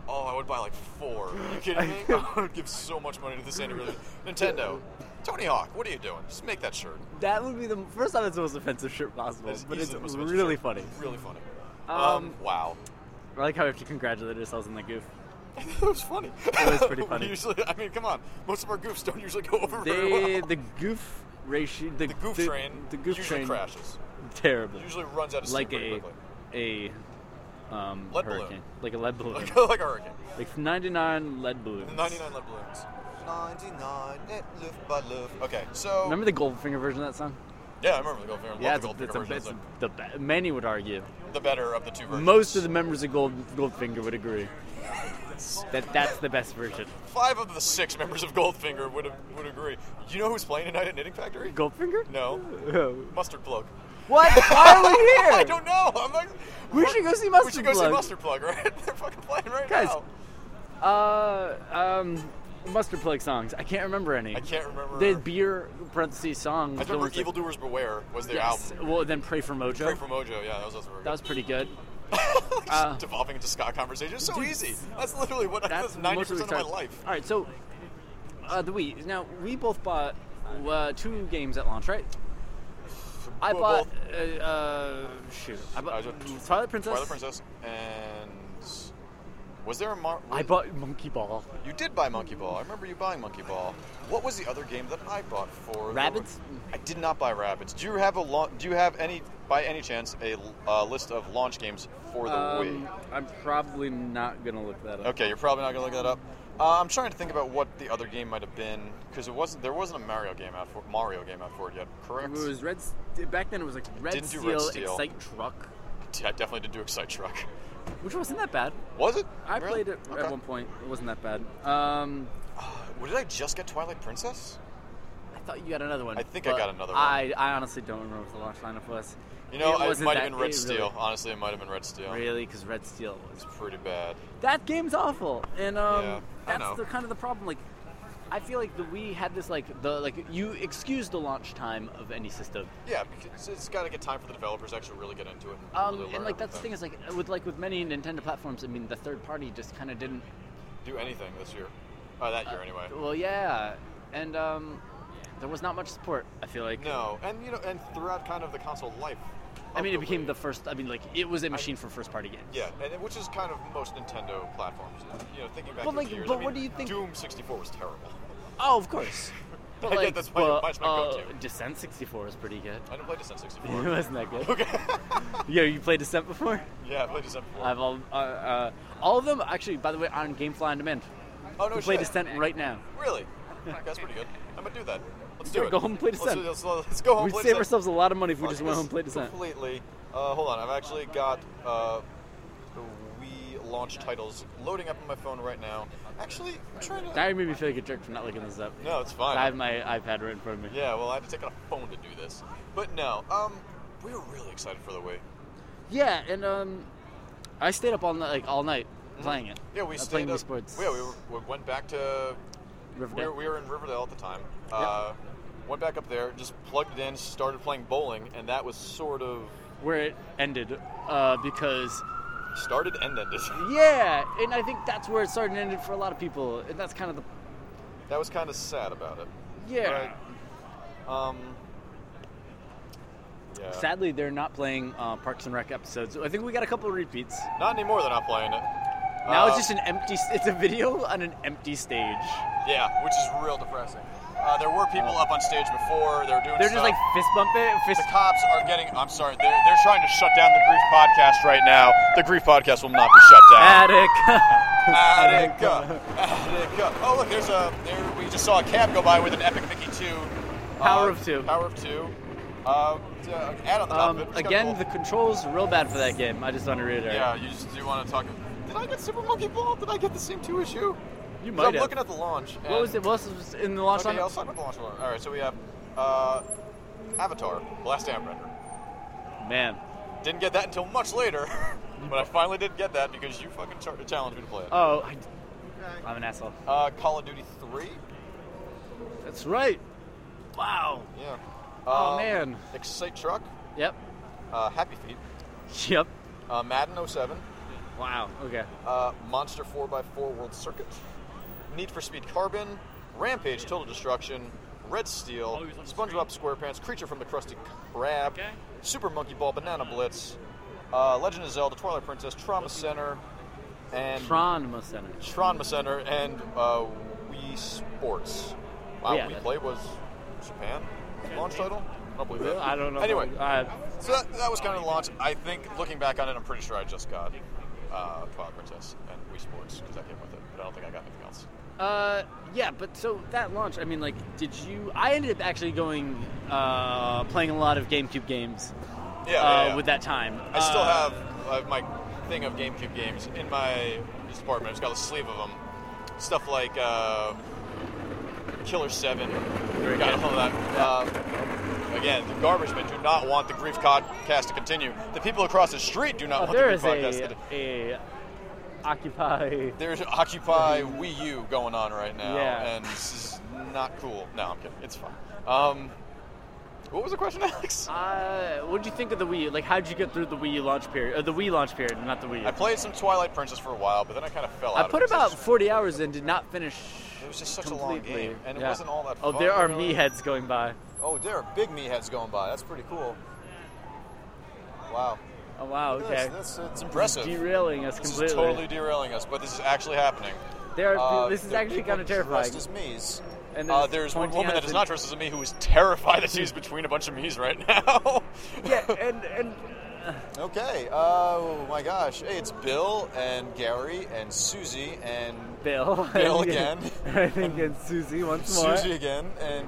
S2: oh, I would buy like four. Are you
S1: [laughs]
S2: kidding me? I would give so much money to this Andy Really. Nintendo, Tony Hawk, what are you doing? Just make that shirt.
S1: that would be the first time it's the most offensive shirt possible,
S2: That is
S1: but
S2: easily
S1: it's
S2: the most expensive
S1: really
S2: shirt.
S1: funny.
S2: Really funny. Um,
S1: Um,
S2: wow. [laughs]
S1: I like how we have to congratulate ourselves on the goof.
S2: that was funny.
S1: That was pretty
S2: [laughs] We
S1: funny.
S2: usually, I mean, come on. Most of our goofs don't usually go over very
S1: They,
S2: well.
S1: the goof ratio, the,
S2: The goof
S1: the-
S2: train
S1: the goof
S2: usually
S1: train,
S2: crashes.
S1: terrible.
S2: Usually runs out of steam
S1: like
S2: pretty
S1: a
S2: quickly.
S1: a um,
S2: Lead balloon. [laughs]
S1: hurricane, like a lead balloon,
S2: Like, like a hurricane.
S1: like 99 lead balloons.
S2: 99 lead balloons. 99 net lift by lift. Okay, so.
S1: Remember the Goldfinger version of that song?
S2: Yeah, I remember the Goldfinger. I
S1: yeah,
S2: love
S1: it's,
S2: the
S1: it's,
S2: Goldfinger
S1: a,
S2: version.
S1: it's
S2: It's
S1: a- the be- many would argue.
S2: like the better of the two versions.
S1: Most of the members of Gold Goldfinger would agree that that's the best version.
S2: Five of the six [laughs] members of Goldfinger would would agree. You know who's playing tonight at Knitting Factory?
S1: Goldfinger?
S2: No.
S1: Oh.
S2: Mustard Plug.
S1: [laughs] What? Why are we [laughs] here?
S2: I don't know. I'm not,
S1: We should go see
S2: We should
S1: Mustard
S2: go see
S1: Plug.
S2: Mustard Plug, [laughs] right? They're fucking playing right
S1: Guys.
S2: now.
S1: Uh, um, mustard plug songs. I can't remember any.
S2: I can't remember.
S1: The beer parentheses song. was
S2: I
S1: the
S2: remember
S1: ones that-
S2: Evildoers Beware was their
S1: Yes.
S2: album.
S1: Well, then pray for Mojo.
S2: Break from Mojo, yeah, that was also very
S1: that was pretty
S2: [laughs]
S1: good.
S2: good. Just
S1: uh,
S2: devolving into Scott conversation. It's so
S1: dude,
S2: easy. That's literally what
S1: That's
S2: that's ninety
S1: mostly
S2: percent of my
S1: retarded.
S2: life.
S1: All right, so uh, the Wii. Now we both bought uh, two games at launch, right? I
S2: Well,
S1: bought
S2: both-
S1: uh, uh, shoot. I bought
S2: I was-
S1: Twilight Princess.
S2: Twilight Princess and was there a Mar-
S1: I bought Monkey Ball.
S2: You did buy Monkey Ball. I remember you buying Monkey Ball. What was the other game that I bought for?
S1: Rabbids?
S2: I did not buy Rabbits. Do you have a launch? Do you have any, by any chance, a uh, list of launch games for the
S1: Um,
S2: Wii?
S1: I'm probably not gonna look that up.
S2: Okay, you're probably not gonna look that up. Uh, I'm trying to think about what the other game might have been because it wasn't. There wasn't a Mario game out for Mario game out for it yet. Correct.
S1: It was Red. S- Back then, it was like Red
S2: Didn't do
S1: Steel,
S2: Red Steel.
S1: Excite Truck,
S2: I definitely did do Excite Truck. [laughs]
S1: which wasn't that bad.
S2: Was it?
S1: I
S2: Really?
S1: played it
S2: Okay.
S1: at one point. It wasn't that bad. Um,
S2: Well, Did I just get Twilight Princess?
S1: I thought you got another one.
S2: I think I
S1: but
S2: got another one.
S1: I, I honestly don't remember what the launch lineup was.
S2: You know, it,
S1: wasn't
S2: might have
S1: that-
S2: been Red
S1: it
S2: Steel. Honestly, it might have been Red Steel.
S1: Really, really, because Red Steel was
S2: It's pretty bad.
S1: that game's awful, and um,
S2: Yeah, I know.
S1: that's the kind of the problem. Like, I feel like the Wii had this like the like you excuse the launch time of any system.
S2: Yeah, because it's got to get time for the developers to actually really get into it. And,
S1: Um,
S2: really learn
S1: and like that's the
S2: everything.
S1: thing is like with like with many Nintendo platforms, I mean the third party just kind of didn't
S2: do anything this year, uh, that year anyway.
S1: Well, yeah, and um, there was not much support. I feel like.
S2: No, and you know, and throughout kind of the console life.
S1: I
S2: of
S1: mean, it became
S2: Wii.
S1: the first. I mean, like it was a machine for first-party games.
S2: Yeah, and it- which is kind of most Nintendo platforms. You know, thinking back
S1: But,
S2: to
S1: like,
S2: the years.
S1: but
S2: I mean,
S1: what do you think-
S2: Doom 64 was terrible.
S1: Oh, of
S2: [laughs]
S1: course. But
S2: Yeah,
S1: like,
S2: that's my-
S1: but,
S2: that's my
S1: uh,
S2: go-to.
S1: Descent 64 is pretty good. [laughs]
S2: I didn't play Descent 64.
S1: it wasn't that good.
S2: okay.
S1: [laughs] Yo, you played Descent before?
S2: yeah, I played Descent 4.
S1: I've all uh, uh, all of them actually. By the way, on GameFly on demand.
S2: oh no,
S1: You play
S2: shit.
S1: Descent right now.
S2: Really? That's pretty good. I'm gonna do that. Let's
S1: Sure,
S2: do it.
S1: go home and play
S2: Let's,
S1: Descent.
S2: do this. Let's, let's go home.
S1: We'd
S2: play
S1: save
S2: Descent.
S1: ourselves a lot of money if we just
S2: Fuck
S1: went
S2: this
S1: home and played Descent.
S2: Completely. Uh, hold on, I've actually got uh, the Wii launch titles loading up on my phone right now. Actually, I'm trying to.
S1: Now you made me feel like a jerk for not looking this up.
S2: No, it's
S1: I have
S2: fine.
S1: my iPad right in front of me.
S2: Yeah, well, I had to take out a phone to do this. But no, um, we were really excited for the Wii.
S1: Yeah, and um, I stayed up all night, like all night, playing it.
S2: Mm-hmm. Yeah, we
S1: uh,
S2: stayed
S1: playing Wii
S2: up-
S1: sports.
S2: Yeah, we, were, we went back to. We
S1: Riverdale.
S2: were, we were in Riverdale at the time. Uh, Went back up there, just plugged it in, started playing bowling, and that was sort of
S1: where it ended uh, because
S2: Started and ended. [laughs]
S1: yeah, and I think that's where it started and ended for a lot of people, and that's kind of the
S2: That was kind of sad about it.
S1: yeah.
S2: But, um. Yeah.
S1: Sadly, they're not playing uh, Parks and Rec episodes. I think we got a couple of repeats.
S2: Not anymore. They're not playing it.
S1: Now
S2: Uh,
S1: it's just an empty. It's a video on an empty stage.
S2: Yeah, which is real depressing. Uh, there were people up on stage before. They were
S1: Oh.
S2: doing.
S1: They're just
S2: stuff.
S1: like fist bump it, fist. [laughs]
S2: The cops are getting. I'm sorry. They're, they're trying to shut down the Grief podcast right now. The Grief podcast will not be shut down.
S1: Attic. [laughs] Um,
S2: Attica. Attica. Oh look, there's a. There we just saw a cab go by with an epic Mickey two. uh,
S1: Power of two.
S2: Power of two. Uh, it's, uh, an ad on the top
S1: um,
S2: of it. It's kinda
S1: again,
S2: cool.
S1: the controls real bad for that game. I just want to reiterate.
S2: Yeah, you just do want to talk. Did I get Super Monkey Ball? Did I get the same two issue? 'Cause
S1: you
S2: I'm
S1: might have.
S2: looking at the launch.
S1: what was it? What else was in the launch
S2: Okay,
S1: lineup?
S2: I'll talk about the launch one. All right, so we have uh, Avatar: The Last Airbender.
S1: Man.
S2: Didn't get that until much later, [laughs] but I finally did get that because you fucking char- challenged me to play it.
S1: Oh, I, am an asshole.
S2: Uh, Call of Duty 3.
S1: That's right. Wow.
S2: Yeah.
S1: Oh,
S2: Um,
S1: man.
S2: Excite Truck.
S1: Yep.
S2: Uh, Happy Feet.
S1: Yep.
S2: Uh, Madden 07.
S1: Wow. Okay.
S2: Uh, Monster 4x4 World Circuit. Need for Speed Carbon. Rampage Total Destruction. Red Steel. SpongeBob SquarePants. Creature from the Krusty Krab. Super Monkey Ball. Banana Blitz. Uh, Legend of Zelda. Twilight Princess. Trauma Center. And
S1: Tron must enter.
S2: Tronma Center and uh, Wii Sports. Wow,
S1: Yeah,
S2: we
S1: that-
S2: Play was Japan launch title. I don't believe that.
S1: I don't know.
S2: Anyway,
S1: I,
S2: so that, that was kind of the launch. I think looking back on it, I'm pretty sure I just got uh, Twilight Princess and Wii Sports because I came with it, but I don't think I got anything else.
S1: Uh, yeah, but so that launch, I mean, like, did you? I ended up actually going, uh, playing a lot of GameCube games
S2: Yeah,
S1: uh,
S2: yeah, yeah.
S1: with that time.
S2: I still have uh, my thing of GameCube games in my apartment. It's got a sleeve of them. Stuff like uh, Killer 7. We got all that. Uh, again, the garbage men do not want the grief podcast to continue. The people across the street do not
S1: Uh,
S2: want
S1: there
S2: the
S1: is
S2: grief podcast
S1: a,
S2: to
S1: a
S2: [laughs]
S1: Occupy.
S2: There's Occupy Wii U going on right now,
S1: Yeah.
S2: and this is not cool. No, I'm kidding. It's fine. Um, what was the question, [laughs] Alex?
S1: Uh, what did you think of the Wii? U? Like, how did you get through the Wii U launch period? Or the Wii launch period, not the Wii. U.
S2: I played some Twilight Princess for a while, but then I kind of fell out
S1: I
S2: of it
S1: put
S2: 'cause I
S1: about
S2: just-
S1: 40 hours and did not finish.
S2: It was just such a long
S1: completely.
S2: game, and it
S1: Yeah.
S2: wasn't all that.
S1: Oh,
S2: fun,
S1: there are
S2: really.
S1: me heads going by.
S2: Oh, there are big me heads going by. That's pretty cool. Wow.
S1: Oh wow,
S2: Look at
S1: okay.
S2: this. That's, it's impressive.
S1: Derailing us
S2: this
S1: completely.
S2: is totally derailing us, but this is actually happening.
S1: There are,
S2: Uh,
S1: this is
S2: there are
S1: actually
S2: people
S1: kind of terrifying.
S2: Dressed as me's.
S1: And
S2: Uh,
S1: there's
S2: there's one
S1: pointing
S2: woman
S1: at
S2: that
S1: us
S2: is
S1: and-
S2: not dressed as a me who is terrified that she's between a bunch of me's right now. [laughs]
S1: [laughs] Yeah, and and
S2: okay. Oh my gosh. Hey, it's Bill and Gary and Susie and
S1: Bill.
S2: [laughs]
S1: [laughs]
S2: Bill
S1: I think-
S2: again.
S1: I think it's Susie once more.
S2: Susie again and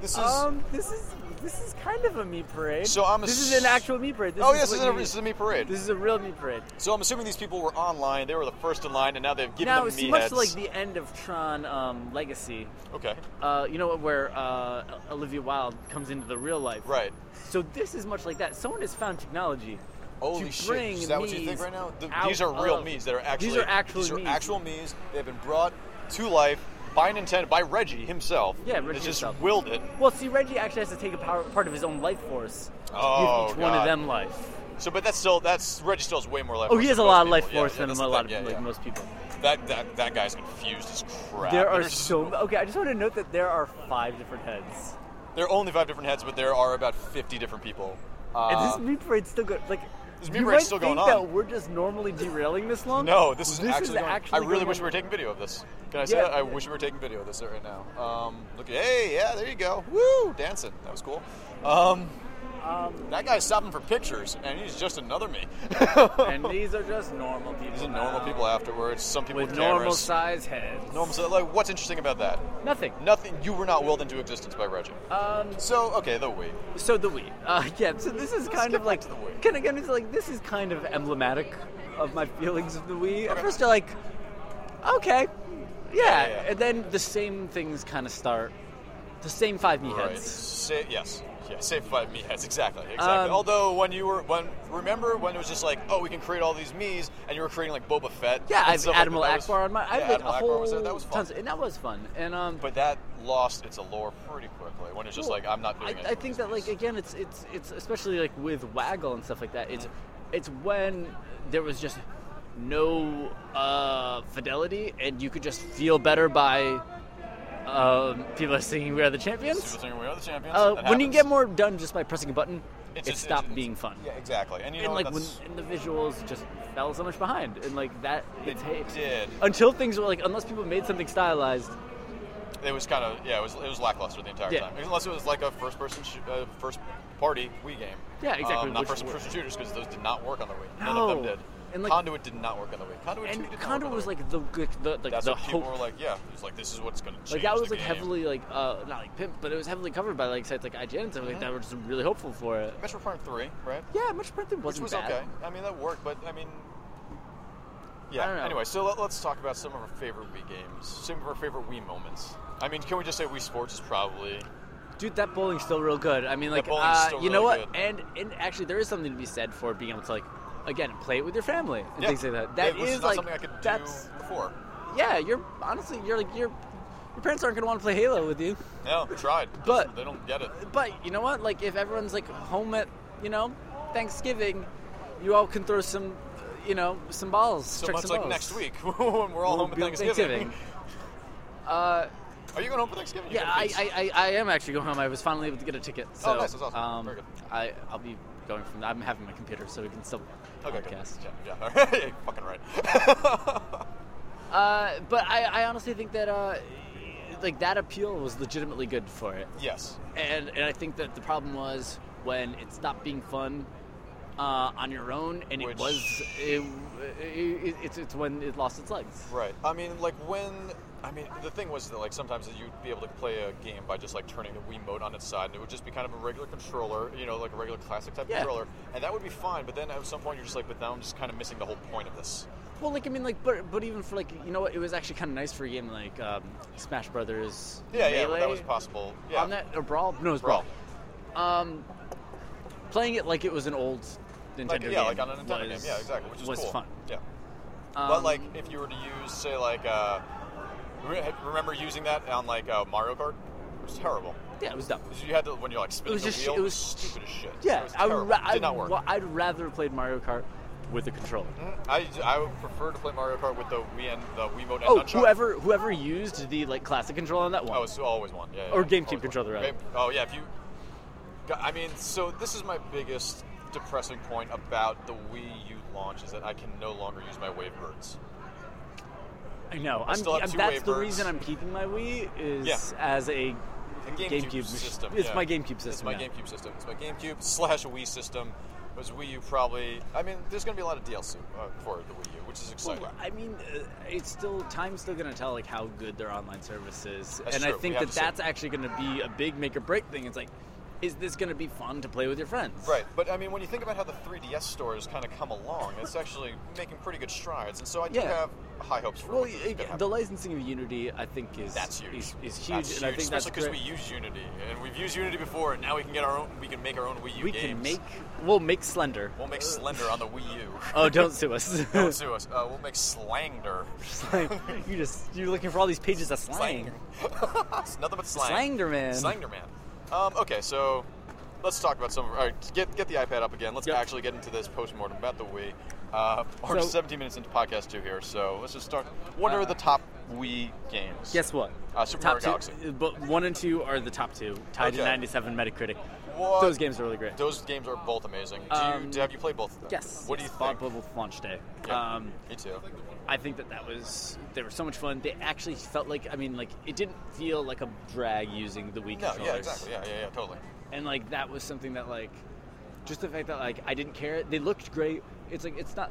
S2: this is.
S1: Um, this is this is kind of a meat parade.
S2: So I'm a
S1: This
S2: s-
S1: is an actual meat parade. This
S2: oh
S1: is
S2: yes, this is,
S1: what
S2: a,
S1: you-
S2: this is a me parade.
S1: this is a real meat parade.
S2: So I'm assuming these people were online. They were the first in line, and now they've given
S1: now
S2: them
S1: it's
S2: me
S1: much
S2: heads.
S1: like the end of Tron um, Legacy.
S2: okay,
S1: Uh, you know what, where uh, Olivia Wilde comes into the real life.
S2: right.
S1: So this is much like that. Someone has found technology.
S2: Holy
S1: to
S2: shit!
S1: bring
S2: Is that what you think
S1: me's
S2: right now? Th-
S1: out
S2: these are real
S1: of-
S2: me's that are actually
S1: These are actual
S2: these are
S1: me's.
S2: actual me's. They've been brought to life by Nintendo by Reggie himself.
S1: Yeah,
S2: They
S1: Reggie
S2: just
S1: himself.
S2: willed it.
S1: Well, see, Reggie actually has to take a power, part of his own life force to
S2: Oh,
S1: give each one of
S2: God.
S1: them life.
S2: So, but that's still that's Reggie still has way more life.
S1: Oh,
S2: force
S1: he has a
S2: than
S1: lot of
S2: most
S1: life
S2: people. Yeah,
S1: force
S2: yeah,
S1: than
S2: that's
S1: a
S2: the
S1: lot
S2: thing.
S1: of
S2: Yeah,
S1: like
S2: yeah.
S1: most people.
S2: That, that that guy's confused as crap.
S1: There are
S2: There's-
S1: so okay. I just want to note that there are five different heads.
S2: there are only five different heads, but there are about fifty different people.
S1: And
S2: Uh,
S1: this meat parade's still good. Like
S2: This meat
S1: you
S2: parade's
S1: might
S2: still
S1: think
S2: going
S1: that
S2: on.
S1: we're just normally derailing this long.
S2: [laughs] No, this is actually. going-
S1: actually
S2: I really
S1: going
S2: wish
S1: on.
S2: we were taking video of this. Can I say
S1: Yeah.
S2: that? I wish we were taking video of this right now. Um, look, hey, yeah, there you go. Woo, dancing. That was cool. Um, that guy's stopping for pictures, and he's just another me. [laughs]
S1: and these are just normal people.
S2: These are normal
S1: now,
S2: people afterwards. Some people
S1: with
S2: with
S1: normal
S2: cameras.
S1: size heads.
S2: normal. si- Like, what's interesting about that?
S1: Nothing.
S2: Nothing. You were not willed into existence by Reggie.
S1: Um.
S2: So okay, the Wii.
S1: So the Wii. Uh, yeah. So this is kind of
S2: get back
S1: like.
S2: to the Wii.
S1: Can I get into like this is kind of emblematic of my feelings of the Wii. At first, you're like, okay, yeah,
S2: Yeah, yeah, yeah.
S1: and then the same things kind of start. The same five me
S2: Right.
S1: heads.
S2: Say, yes. Yeah, Safe by Me. Yes, exactly. Exactly.
S1: Um,
S2: Although when you were when remember when it was just like, oh, we can create all these me's, and you were creating like Boba Fett.
S1: Yeah,
S2: and
S1: I've
S2: stuff like
S1: Admiral
S2: that. That was-
S1: Akbar on my. I've
S2: yeah,
S1: like
S2: Admiral
S1: a
S2: Akbar
S1: whole
S2: was there. That was fun.
S1: tons, and that was fun. And um,
S2: but that lost its allure pretty quickly when it's just
S1: Well,
S2: like I'm not doing
S1: I,
S2: it.
S1: I think that like again, it's it's it's especially like with Waggle and stuff like that. It's
S2: Mm-hmm.
S1: it's when there was just no uh, fidelity, and you could just feel better by um, people are singing "We Are the Champions."
S2: Super we are the champions.
S1: Uh,
S2: That
S1: when you can
S2: happens.
S1: get more done just by pressing a button,
S2: It's
S1: it
S2: just-
S1: stopped
S2: it's-
S1: being fun.
S2: Yeah, exactly. And you know
S1: and like
S2: that's,
S1: when and the visuals just fell so much behind, and like that
S2: It
S1: it's hate.
S2: did.
S1: until things were like unless people made something stylized.
S2: it was kind of yeah, it was it was lackluster the entire
S1: Yeah.
S2: time. Unless it was like a first person sh- uh, first party Wii game.
S1: Yeah, exactly,
S2: Um, not
S1: which
S2: first
S1: were-
S2: person shooters because those did not work on the Wii. None of
S1: No.
S2: them did.
S1: And, like-
S2: Conduit did not work on the Wii. Conduit 2
S1: And
S2: did not work
S1: Condor
S2: on the
S1: was
S2: Wii.
S1: like the the the,
S2: that's
S1: the
S2: what people
S1: hope.
S2: were like. Yeah, it's like this is what's going to change.
S1: like that was
S2: the
S1: like
S2: game.
S1: heavily like uh not like pimp, but it was heavily covered by like sites like IGN and stuff like that. Were just really hopeful for it.
S2: Metro Prime Three, right?
S1: Mm-hmm. Yeah, Metro Prime Three
S2: Which
S1: wasn't
S2: was
S1: bad.
S2: okay. I mean, that worked, but I mean, yeah.
S1: I don't know.
S2: Anyway, so let, us talk about some of our favorite Wii games, some of our favorite Wii moments. I mean, can we just say Wii Sports is probably
S1: Dude, that bowling's still real good. I mean, like
S2: bowling's
S1: uh,
S2: still
S1: you know
S2: really
S1: what?
S2: good.
S1: And and actually, there is something to be said for being able to like again play it with your family and
S2: yeah,
S1: things like that. That is
S2: yeah, which is not
S1: like
S2: something I could
S1: that's
S2: do before.
S1: yeah. You're honestly you're like you're. Your parents aren't gonna want to play Halo with you,
S2: No, tried,
S1: But-
S2: they don't get it.
S1: but you know what? Like, if everyone's like home at, you know, Thanksgiving, you all can throw some, you know, some balls.
S2: So
S1: trick
S2: much
S1: some
S2: like
S1: balls.
S2: next week [laughs] when we're all
S1: We'll
S2: home at
S1: be on
S2: Thanksgiving. [laughs]
S1: Thanksgiving. Uh,
S2: Are you going home for Thanksgiving? You
S1: yeah,
S2: got a
S1: I,
S2: piece.
S1: I, I, I am actually going home. I was finally able to get a ticket. So,
S2: Oh, nice, that's awesome.
S1: Um,
S2: Very good.
S1: I, I'll be going from. I'm having my computer, so we can still
S2: Okay, good.
S1: podcast.
S2: Yeah, yeah. [laughs] all right. You're fucking right. [laughs]
S1: Uh, but I, I honestly think that uh, like that appeal was legitimately good for it,
S2: yes.
S1: and and I think that the problem was when it stopped being fun. Uh, on your own, and
S2: Which-
S1: it was it, it, it's it's when it lost its legs.
S2: Right. I mean, like when I mean the thing was that like sometimes that you'd be able to play a game by just like turning the Wii mode on its side, and it would just be kind of a regular controller, you know, like a regular classic type
S1: Yeah.
S2: controller, and that would be fine. But then at some point you're just like, but now I'm just kind of missing the whole point of this.
S1: Well, like I mean, like but but even for like you know what, it was actually kind of nice for a game like um, Smash Brothers.
S2: Yeah, yeah. Well, that
S1: Melee.
S2: was possible. Yeah.
S1: on that or brawl? No, it was brawl.
S2: Brawl.
S1: Um, playing it like it was an old Nintendo
S2: Like,
S1: game.
S2: yeah, like on a Nintendo
S1: was,
S2: game. Yeah, exactly. Which is
S1: was
S2: cool.
S1: fun.
S2: Yeah.
S1: Um,
S2: but like if you were to use say like uh, re- remember using that on like uh, Mario Kart, it was terrible.
S1: yeah, it was dumb.
S2: 'Cause You had to when you're like spinning
S1: was
S2: the
S1: just-
S2: wheel.
S1: it was-
S2: stupid as shit. it
S1: Yeah,
S2: was
S1: I
S2: terrible.
S1: would ra-
S2: It did not work. Mm-hmm.
S1: I'd, wa- I'd rather have played Mario Kart with a controller.
S2: I, I would prefer to play Mario Kart with the Wii and the Wiimote and
S1: Oh,
S2: nunchuck.
S1: whoever whoever used the like classic controller on that one.
S2: Oh, it's always one. Yeah, yeah,
S1: Or
S2: yeah.
S1: GameCube
S2: Always
S1: controller,
S2: one.
S1: rather.
S2: Game- Oh yeah, if you. Go- I mean, so this is my biggest depressing point about the Wii U launch is that I can no longer use my wave birds.
S1: I know. I'm,
S2: still have
S1: I'm-
S2: two
S1: that's the
S2: waivers.
S1: reason I'm keeping my Wii is
S2: Yeah.
S1: as a
S2: The
S1: GameCube
S2: mach- system.
S1: It's
S2: yeah.
S1: my GameCube
S2: It's
S1: system.
S2: my
S1: now.
S2: GameCube system. It's my GameCube slash Wii system. It Was Wii U probably? I mean, there's going to be a lot of DLC uh, for the Wii U, which is exciting.
S1: Well, I mean, uh, it's still time's still going to tell like how good their online service is,
S2: That's
S1: and
S2: true.
S1: I
S2: We
S1: think
S2: have
S1: that
S2: to see.
S1: that's actually going to be a big make or break thing. It's like, is this going to be fun to play with your friends?
S2: Right, but I mean, when you think about how the 3DS store has kind of come along, it's actually making pretty good strides, and so I do
S1: Yeah.
S2: have high hopes for
S1: Well,
S2: what is
S1: y-
S2: gonna happen.
S1: the licensing of Unity, I think, is
S2: That's huge.
S1: Is, is huge,
S2: That's
S1: and I think that's
S2: especially because
S1: great.
S2: we use Unity, and we've used Unity before, and now we can get our own. We can make our own Wii U
S1: We
S2: games.
S1: can make we'll make Slender.
S2: We'll make Slender on the
S1: [laughs]
S2: Wii U.
S1: oh, don't sue
S2: [laughs]
S1: us.
S2: Don't sue us. Uh, we'll make Slangder.
S1: [laughs] you just you're looking for all these pages of slang.
S2: it's nothing but slang.
S1: Slangder Man.
S2: Slangder man. Um, okay, so let's talk about some. All right, get get the iPad up again. Let's
S1: Yep.
S2: actually get into this postmortem about the Wii. Uh, we're
S1: So-
S2: 17 minutes into podcast two here, so let's just start. What
S1: Uh,
S2: are the top Wii games?
S1: Guess what?
S2: Uh, Super
S1: top
S2: Mario
S1: two,
S2: Galaxy.
S1: but one and two are the top two, tied
S2: Okay.
S1: to 97 Metacritic.
S2: What-
S1: Those games are really great.
S2: Those games are both amazing. Do
S1: Um,
S2: you, have you played both of them?
S1: Yes.
S2: What
S1: yes,
S2: do you think?
S1: Bob Bubble launch day.
S2: Yeah,
S1: Um,
S2: me too.
S1: I think that that was they were so much fun. They actually felt like I mean, like it didn't feel like a drag using the Wii
S2: No,
S1: controllers.
S2: yeah, exactly. Yeah, yeah, yeah, totally.
S1: And like that was something that like just the fact that like I didn't care. They looked great. It's like it's not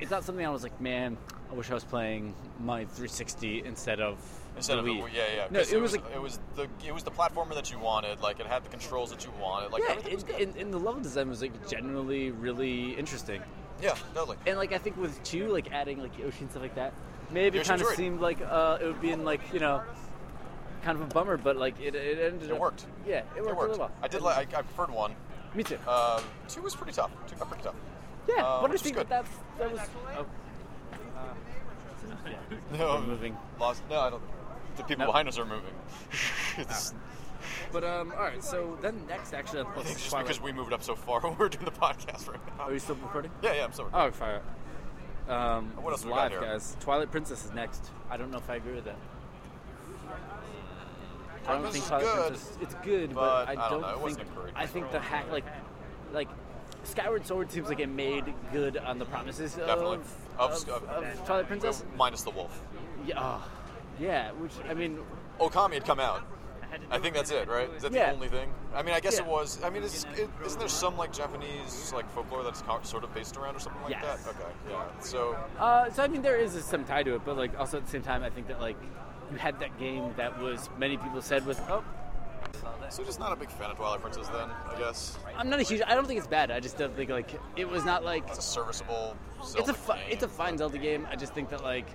S1: it's not something I was like, man, I wish I was playing my 360 instead of
S2: Instead
S1: the
S2: of
S1: Wii.
S2: the, yeah, yeah.
S1: No,
S2: 'cause
S1: it was like
S2: it was the it was the platformer that you wanted. Like it had the controls that you wanted. Like
S1: yeah,
S2: everything was
S1: and,
S2: good.
S1: and, and the level design was like generally really interesting.
S2: yeah, totally.
S1: And like I think with two, like adding like Yoshi and stuff like that, maybe it
S2: Yoshi's
S1: kind of
S2: right.
S1: seemed like uh, it would be in like you know, kind of a bummer, but like it, it ended.
S2: It
S1: up-
S2: worked.
S1: Yeah, it worked,
S2: It worked.
S1: really well.
S2: I did. Like, I, I preferred one.
S1: Me too.
S2: Um, two was pretty tough. Two got pretty tough.
S1: yeah,
S2: uh,
S1: but I
S2: which is
S1: think
S2: good.
S1: that that's, that was. Oh, yeah. [laughs]
S2: No,
S1: We're moving.
S2: Um, Lost. No, I don't. The people
S1: No.
S2: behind us are moving. [laughs] It's-
S1: But um, all right. So then next, actually,
S2: I
S1: let's
S2: think just
S1: Twilight.
S2: because we moved up so far [laughs] when we're doing the podcast right now.
S1: Are you still recording?
S2: Yeah, yeah, I'm sorry.
S1: Oh, fire. Um,
S2: What else
S1: it's
S2: we got
S1: live,
S2: here?
S1: guys. Twilight Princess is next. I don't know if I agree with that. I don't
S2: Princess
S1: think
S2: is
S1: Twilight
S2: good,
S1: Princess. It's good,
S2: but
S1: I
S2: I
S1: don't
S2: don't know. It
S1: think.
S2: wasn't great.
S1: I think the hack, like, like Skyward Sword seems like it made good on the promises of,
S2: Definitely.
S1: of,
S2: Of- of-
S1: of Twilight Princess.
S2: Minus the wolf.
S1: Yeah, oh, yeah. Which I
S2: [laughs]
S1: mean,
S2: Okami had come out. I think that's it, right? Is that
S1: Yeah.
S2: the only thing? I mean, I guess it
S1: Yeah.
S2: was. I mean, is, it, isn't there some like Japanese like folklore that's co- sort of based around or something like
S1: Yes.
S2: that? Okay, yeah. So
S1: Uh, so I mean, there is some tie to it, but like also at the same time, I think that like you had that game that was many people said was oh,
S2: So just not a big fan of Twilight Princess then, I guess.
S1: I'm not a huge. I don't think it's bad. I just don't think like it was not like
S2: It's a serviceable
S1: it's
S2: Zelda
S1: a fu-
S2: game.
S1: it's a fine Zelda game. I just think that like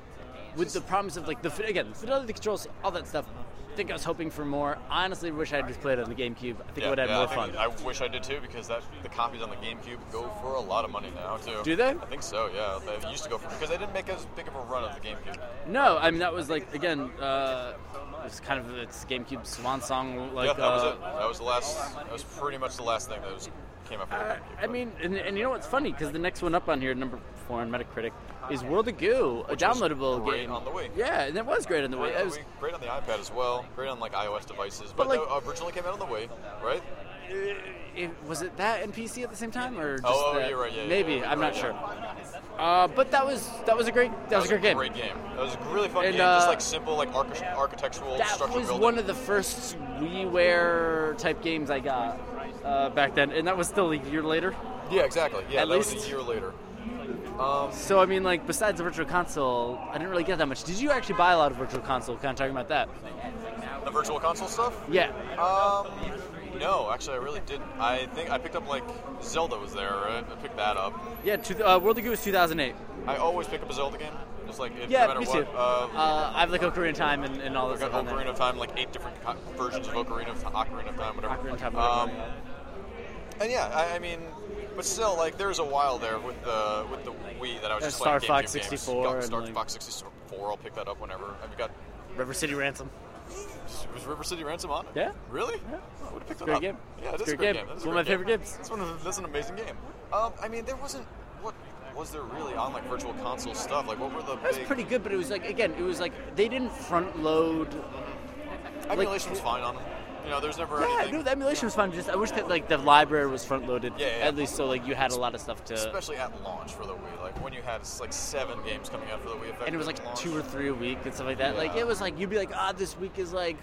S1: with the promise of like the fi- again the fidelity of the controls, all that stuff. I think I was hoping for more. I honestly wish I had just played it on the GameCube. I think it
S2: Yeah,
S1: would have
S2: yeah,
S1: had more
S2: I think-
S1: fun.
S2: I wish I did too because that the copies on the GameCube go for a lot of money now too.
S1: Do they?
S2: I think so. Yeah, they used to go for because they didn't make as big of a run of the GameCube.
S1: no, I mean that was like again, uh, it was kind of it's GameCube swan song. Like
S2: yeah, that was
S1: uh,
S2: it. That was the last. That was pretty much the last thing that was came out for the
S1: Uh,
S2: GameCube.
S1: I mean, and, and you know what's funny? Because the next one up on here, number four on Metacritic, is World of Goo, a
S2: Which was
S1: downloadable
S2: great
S1: game
S2: on the Wii.
S1: Yeah, and it was great on the Wii.
S2: Great on,
S1: It
S2: the
S1: was,
S2: Wii, great on the iPad as well. Great on like iOS devices,
S1: But,
S2: but,
S1: like-
S2: no, originally came out on the Wii, right?
S1: it, was it that and PC at the same time, or just
S2: oh,
S1: that?
S2: you're right, yeah, yeah,
S1: maybe
S2: yeah,
S1: I'm
S2: you're
S1: not
S2: right,
S1: sure. Uh, but that was that was a great that, was a great game.
S2: Great game. That was a really fun
S1: And,
S2: game. Just
S1: uh,
S2: like simple, like arch- architectural
S1: that
S2: structure
S1: was
S2: building.
S1: one of the first WiiWare type games I got uh, back then, and that was still a year later.
S2: yeah, exactly. Yeah,
S1: At
S2: that was
S1: least-
S2: a year later. Um,
S1: So I mean, like besides the Virtual Console, I didn't really get that much. Did you actually buy a lot of Virtual Console? Kind of talking about that.
S2: the Virtual Console stuff.
S1: Yeah,
S2: Um, no, actually, I really didn't. I think I picked up like Zelda was there. Right? I picked that up.
S1: Yeah, two, uh, World of Goo was 2008.
S2: I always pick up a Zelda game. Just like it,
S1: Yeah,
S2: no matter
S1: me
S2: what.
S1: too.
S2: Uh,
S1: Uh, I have like Ocarina of Time and, and all
S2: I
S1: this
S2: got
S1: stuff. on there.
S2: Ocarina of Time, like eight different co- versions of Ocarina of Ocarina of Time, whatever.
S1: Ocarina of Time.
S2: Um, and yeah, I, I mean, but still, like there was a while there with the with the Wii that I was
S1: And
S2: just
S1: Star
S2: playing
S1: Fox
S2: GameCube games.
S1: 64
S2: Got
S1: and,
S2: Star
S1: like-
S2: Fox 64. I'll pick that up whenever. I mean, got
S1: River City Ransom.
S2: was River City Ransom on it.
S1: Yeah.
S2: Really? I would have picked
S1: It's a
S2: that up.
S1: great game.
S2: Yeah,
S1: It's
S2: it
S1: a
S2: is
S1: great
S2: a
S1: game.
S2: great game. That is
S1: It's
S2: a
S1: one of
S2: great
S1: my favorite
S2: game.
S1: games.
S2: It's one of that's an amazing game. Um, I mean, there wasn't what was there really on like virtual console stuff? Like, what were the
S1: That was
S2: big
S1: pretty good, but it was like again, it was like they didn't front load.
S2: emulation was fine on them? You know, there's never
S1: Yeah,
S2: anything,
S1: no, the emulation was fun. Just I wish that like the library was front loaded.
S2: Yeah, yeah.
S1: At least so like you had a lot of stuff to.
S2: especially at launch for the Wii. Like when you had like seven games coming out for the Wii,
S1: And it was
S2: effectively at
S1: like
S2: launch.
S1: two or three a week and stuff like that. Like
S2: Yeah.
S1: it was like you'd be like, ah, this week is like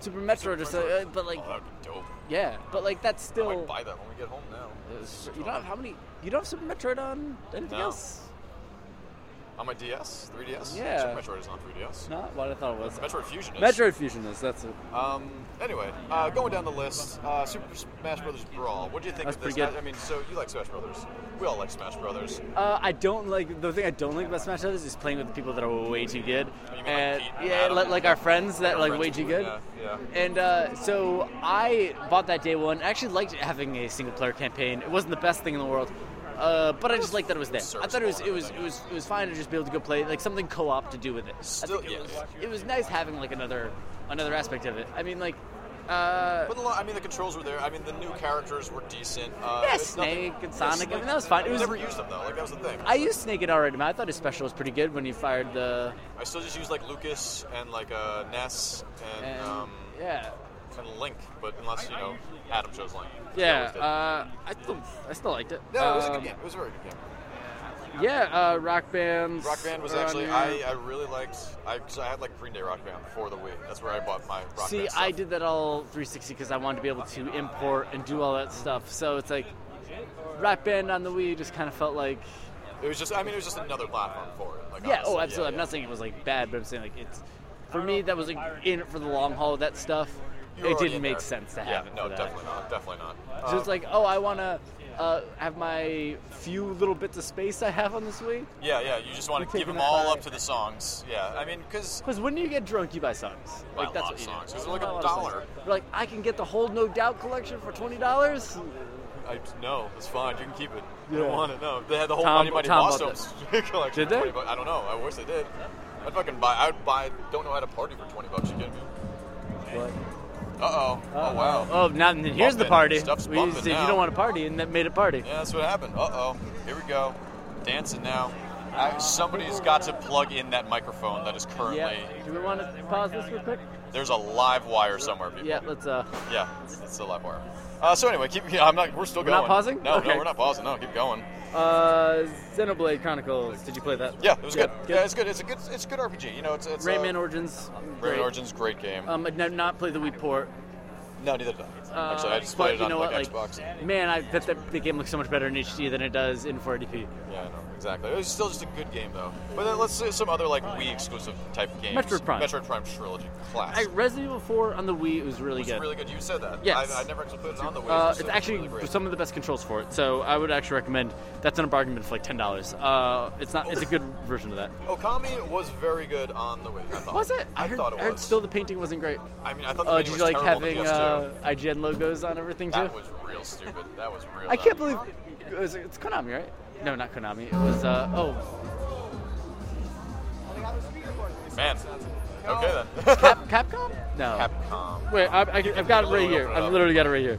S1: Super Metroid or something. But like,
S2: oh, that'd be dope.
S1: yeah, but like that's
S2: I
S1: still.
S2: might buy that when we get home now.
S1: You don't have how many? You don't have Super Metroid on anything
S2: No.
S1: else?
S2: On my DS, 3DS.
S1: Yeah.
S2: Super Metroid is on 3DS.
S1: Not what I thought it was.
S2: Metroid Fusion is.
S1: Metroid Fusion is that's it.
S2: Um, anyway, uh, going down the list, uh, Super Smash Brothers Brawl. What do you think
S1: That's
S2: of this?
S1: pretty good.
S2: I, I mean, so you like Smash Brothers? We all like Smash Brothers. You
S1: Uh, I don't like the thing I don't like about Smash Brothers is playing with people that are way too good.
S2: mean like
S1: And,
S2: Pete and
S1: yeah,
S2: Adam?
S1: like, like our friends that
S2: Our
S1: like
S2: friends
S1: way
S2: who-
S1: too good.
S2: Yeah, yeah.
S1: And uh, so I bought that day one. I actually liked having a single player campaign. It wasn't the best thing in the world, uh, but I just liked that it was there. I thought it was it was it was it was fine to just be able to go play like something co op to do with it. I
S2: Still-
S1: think it,
S2: yeah.
S1: was, it was nice having like another another aspect of it. I mean like. Uh,
S2: But the, lo- I mean, the controls were there. I mean, the new characters were decent. Uh,
S1: Yeah,
S2: it's nothing-
S1: Snake and Sonic. I mean, that was fine. It
S2: I
S1: was-
S2: never used them though. Like that was the thing.
S1: I used Snake it already. Man, I thought his special was pretty good when he fired the.
S2: I still just use like Lucas and like uh, Ness and,
S1: And,
S2: um,
S1: yeah,
S2: and Link, but unless you know Adam chose Link.
S1: yeah.
S2: That was it.
S1: Uh, I still, I still liked it.
S2: no, it was a
S1: Um,
S2: good game. It was a very good game.
S1: Yeah, uh, Rock Band.
S2: Rock Band was actually I, uh, I really liked I, 'cause I had like Green Day Rock Band before the Wii. That's where I bought my Rock
S1: See,
S2: Band stuff.
S1: I did that all 360 because I wanted to be able to import and do all that stuff. So it's like Rock Band on the Wii just kind of felt like.
S2: It was just I mean it was just another platform for it. Like,
S1: Yeah.
S2: honestly,
S1: Oh, absolutely. I'm
S2: yeah.
S1: not saying it was like bad, but I'm saying like it's. For me, that was like in it for the long haul. That stuff,
S2: You were
S1: it
S2: already
S1: didn't
S2: in
S1: make
S2: there.
S1: sense to
S2: Yeah,
S1: have it.
S2: No,
S1: for that.
S2: definitely not. Um, Definitely not.
S1: So it's like, oh, I want to uh, have my few little bits of space I have on this week.
S2: Yeah, yeah. You just want to
S1: Taking
S2: give them
S1: a
S2: all
S1: bite.
S2: up to the songs. Yeah, I mean, because
S1: Because when you get drunk, you buy songs.
S2: Buy
S1: Like
S2: a
S1: that's
S2: lot
S1: what
S2: of
S1: you do.
S2: songs. 'Cause they're like
S1: Buy
S2: a
S1: lot of
S2: dollar.
S1: songs. You're like, I can get the whole No Doubt collection for twenty dollars.
S2: I no, it's fine. You can keep it. You
S1: Yeah.
S2: don't want it. No, they had the whole
S1: Tom-
S2: Money Mighty
S1: Tom
S2: Boss
S1: bought
S2: [laughs] collection.
S1: Did they?
S2: 20 bucks. I don't know. I wish they did. I'd fucking buy. I'd buy. Don't know how to party for twenty bucks. You kidding me?
S1: What?
S2: Uh oh. Oh wow.
S1: Oh, now then here's the
S2: Bumping.
S1: party.
S2: Stuff's
S1: we
S2: bumping
S1: said you
S2: now.
S1: don't want to party, and that made it party.
S2: Yeah, that's what happened. Uh oh. Here we go. Dancing now. I, somebody's got to plug in that microphone that is currently.
S1: Yeah. Do we want to pause this real quick?
S2: There's a live wire somewhere, people.
S1: Yeah. Let's. Uh.
S2: Yeah, it's, it's a live wire. Uh, so anyway, keep. yeah, I'm not. We're still
S1: We're
S2: going.
S1: not pausing?
S2: No,
S1: Okay.
S2: no, we're not pausing. No, keep going.
S1: Uh. Xenoblade Chronicles. Did you play that?
S2: Yeah, it was good.
S1: Good.
S2: Yeah, it's good. It's a good. It's a good RPG. You know, it's it's.
S1: Rayman
S2: uh,
S1: Origins.
S2: Rayman
S1: great.
S2: Origins, great game.
S1: Um. I did not play the Wii port.
S2: no, neither did I.
S1: Uh,
S2: Actually, I just
S1: but
S2: played it
S1: you
S2: on
S1: know
S2: like,
S1: what,
S2: Xbox.
S1: like, Man, I bet that the game looks so much better in HD than it does in 480p.
S2: Yeah, I know exactly. It was still just a good game though. But then let's see some other like Wii exclusive type games.
S1: Metroid Prime.
S2: Metroid Prime trilogy class.
S1: I Resident Evil 4 on the Wii was really
S2: it's
S1: good.
S2: really good. You said that.
S1: Yes.
S2: I, I never actually put it on the Wii.
S1: Uh,
S2: so
S1: it's actually
S2: really great.
S1: some of the best controls for it, so I would actually recommend. That's on a bargain bin for like ten dollars. Uh, it's not. It's a good version of that.
S2: Okami was very good on the Wii. I thought.
S1: Was it?
S2: I,
S1: heard,
S2: thought it
S1: I heard
S2: was.
S1: still the painting wasn't great.
S2: I mean, I thought the
S1: Oh,
S2: menu
S1: did you
S2: was
S1: like
S2: terrible on the
S1: having
S2: PS2.
S1: uh, IGN logos on everything too?
S2: That was uh, real stupid. That was real.
S1: I
S2: dumb.
S1: can't believe it was, it's Konami, right? No, not Konami. It was uh,
S2: [laughs]
S1: oh,
S2: Man. Okay
S1: [laughs]
S2: then.
S1: Cap- Capcom? No.
S2: Capcom.
S1: Wait, I, I, I've got it right
S2: literally
S1: here.
S2: open it
S1: I've
S2: up.
S1: literally got it right here.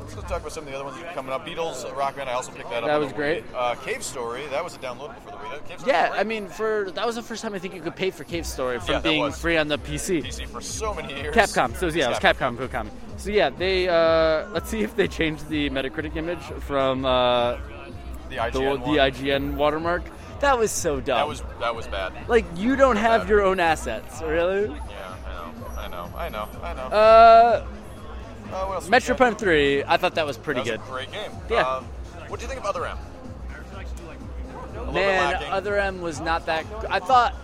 S2: Let's talk about some of the other ones that are coming up. Beatles, uh, Rock Band. I also picked that up.
S1: That
S2: on
S1: was
S2: the Wii.
S1: great.
S2: Uh, Cave Story. That was a downloadable for the Wii. That- Cave Story
S1: Yeah,
S2: was
S1: I
S2: great.
S1: mean, for that was the first time I think you could pay for Cave Story from
S2: Yeah, that
S1: being
S2: was.
S1: free on the PC.
S2: PC for so many years.
S1: Capcom. So yeah, it was Capcom. Capcom. So yeah, they uh, let's see if they changed the Metacritic image from uh,
S2: The
S1: the,
S2: IGN. one.
S1: the IGN watermark. That was so dumb.
S2: That was that was bad.
S1: like you don't have
S2: bad.
S1: your own assets, really.
S2: Yeah, I know. I know. I know. I know.
S1: Uh,
S2: Uh, what else we
S1: Metro
S2: got?
S1: Prime Three, I thought that was pretty
S2: That was
S1: good.
S2: a great game.
S1: Yeah.
S2: Um, what do you think of Other M? A little bit
S1: Man,
S2: lacking.
S1: Other M was not that. g- I thought.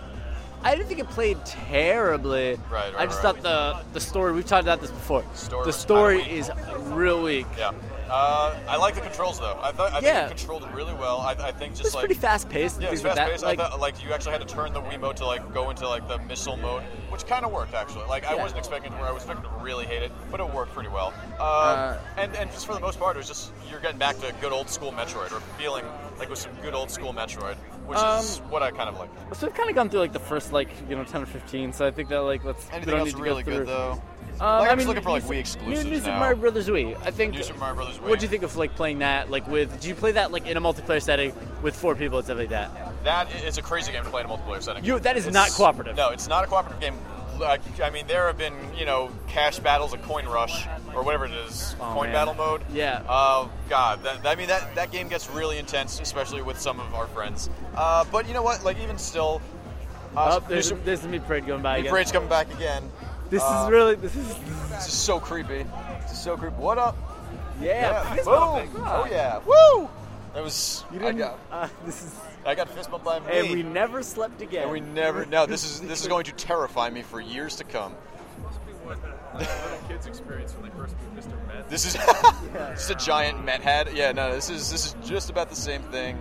S1: I didn't think it played terribly.
S2: Right, right,
S1: I just
S2: right.
S1: thought the the story. We've talked about this before.
S2: Story
S1: the
S2: was
S1: story
S2: kinda weak.
S1: is real weak.
S2: Yeah. Uh, I like the controls though. I thought I
S1: Yeah.
S2: think it controlled it really well. I, I think
S1: It
S2: just
S1: was
S2: like
S1: pretty fast paced.
S2: yeah, it's
S1: like
S2: fast
S1: that.
S2: paced.
S1: Like,
S2: I thought like you actually had to turn the Wiimote to like go into like the missile mode, which kind of worked actually. Like I
S1: Yeah.
S2: wasn't expecting where I was expecting to really hate it, but it worked pretty well. Um,
S1: Uh,
S2: and and just for the most part, it was just you're getting back to good old school Metroid or feeling like with some good old school Metroid, which is
S1: Um,
S2: what I kind of like.
S1: So we've kind of gone through like the first like you know ten or fifteen. So I think that like let's we
S2: Anything
S1: don't
S2: else
S1: need to
S2: really
S1: go through.
S2: good though?
S1: Um,
S2: like,
S1: I
S2: I'm
S1: mean,
S2: just looking for like
S1: New-
S2: Wii exclusives
S1: New, New Super
S2: now.
S1: Mario Brothers Wii. I think.
S2: New Super Mario Brothers Wii.
S1: What do you think of like playing that? Like with? Did you play that like in a multiplayer setting with four people and stuff like
S2: Uh,
S1: that?
S2: That is a crazy game to play in a multiplayer setting.
S1: You- that is not cooperative.
S2: No, it's not a cooperative game. Like, I mean, there have been you know cash battles, a coin rush, or whatever it is,
S1: Oh,
S2: coin
S1: man.
S2: battle mode.
S1: Yeah.
S2: Oh God, that, I mean that that game gets really intense, especially with some of our friends. Uh, but you know what? Like even still, uh,
S1: Oh, there's,
S2: Mr.
S1: there's the meat parade going by
S2: Meat
S1: again.
S2: Parade's coming back again.
S1: This
S2: Uh,
S1: is really. This is.
S2: This is so creepy. This is so creepy. What up?
S1: Yeah.
S2: Boom.
S1: fist bumping.
S2: Oh yeah. Woo. That was.
S1: You
S2: I
S1: didn't.
S2: got,
S1: uh, this is.
S2: I got fist bumped by me.
S1: And we never slept again.
S2: [laughs] And we never. No, this is this is going to terrify me for years to come.
S4: kids' experience when they first meet Mr. Met.
S2: This is [laughs] this is a giant Met head. Yeah, no, this is this is just about the same thing.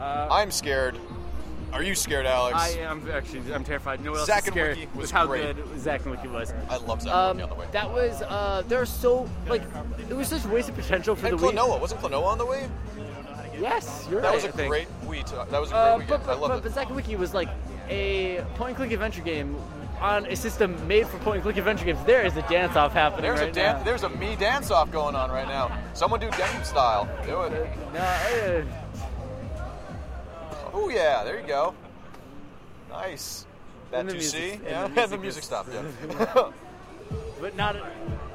S2: I'm scared. Are you scared, Alex?
S1: Uh, I am actually. I'm terrified. No one else
S2: Zach
S1: is
S2: and
S1: scary
S2: Wiki
S1: with
S2: was
S1: how
S2: great.
S1: good Zach and Wiki was.
S2: I love Zach
S1: Um,
S2: Morty on the way.
S1: that was uh, there are so like it was such waste of potential for
S2: and
S1: the Wii.
S2: Klonoa wasn't Klonoa on the way?
S1: Yes, you're
S2: That
S1: right.
S2: was a
S1: I think.
S2: great Wii. To, that was a great
S1: Uh,
S2: weekend.
S1: but,
S2: I
S1: but,
S2: love
S1: but,
S2: it.
S1: but Zack and Wiki was like a point-and-click adventure game on a system made for point-and-click adventure games. There is a dance-off happening
S2: There's
S1: right
S2: a dan-
S1: now.
S2: there's a me dance off going on right now. Someone do Denim style. Do it.
S1: No, uh,
S2: Oh yeah, there you go. Nice. That
S1: And the
S2: you
S1: music-
S2: see?
S1: and
S2: Yeah,
S1: the
S2: [laughs] and the
S1: music
S2: music
S1: is-
S2: stopped.
S1: [laughs]
S2: Yeah.
S1: but not. A,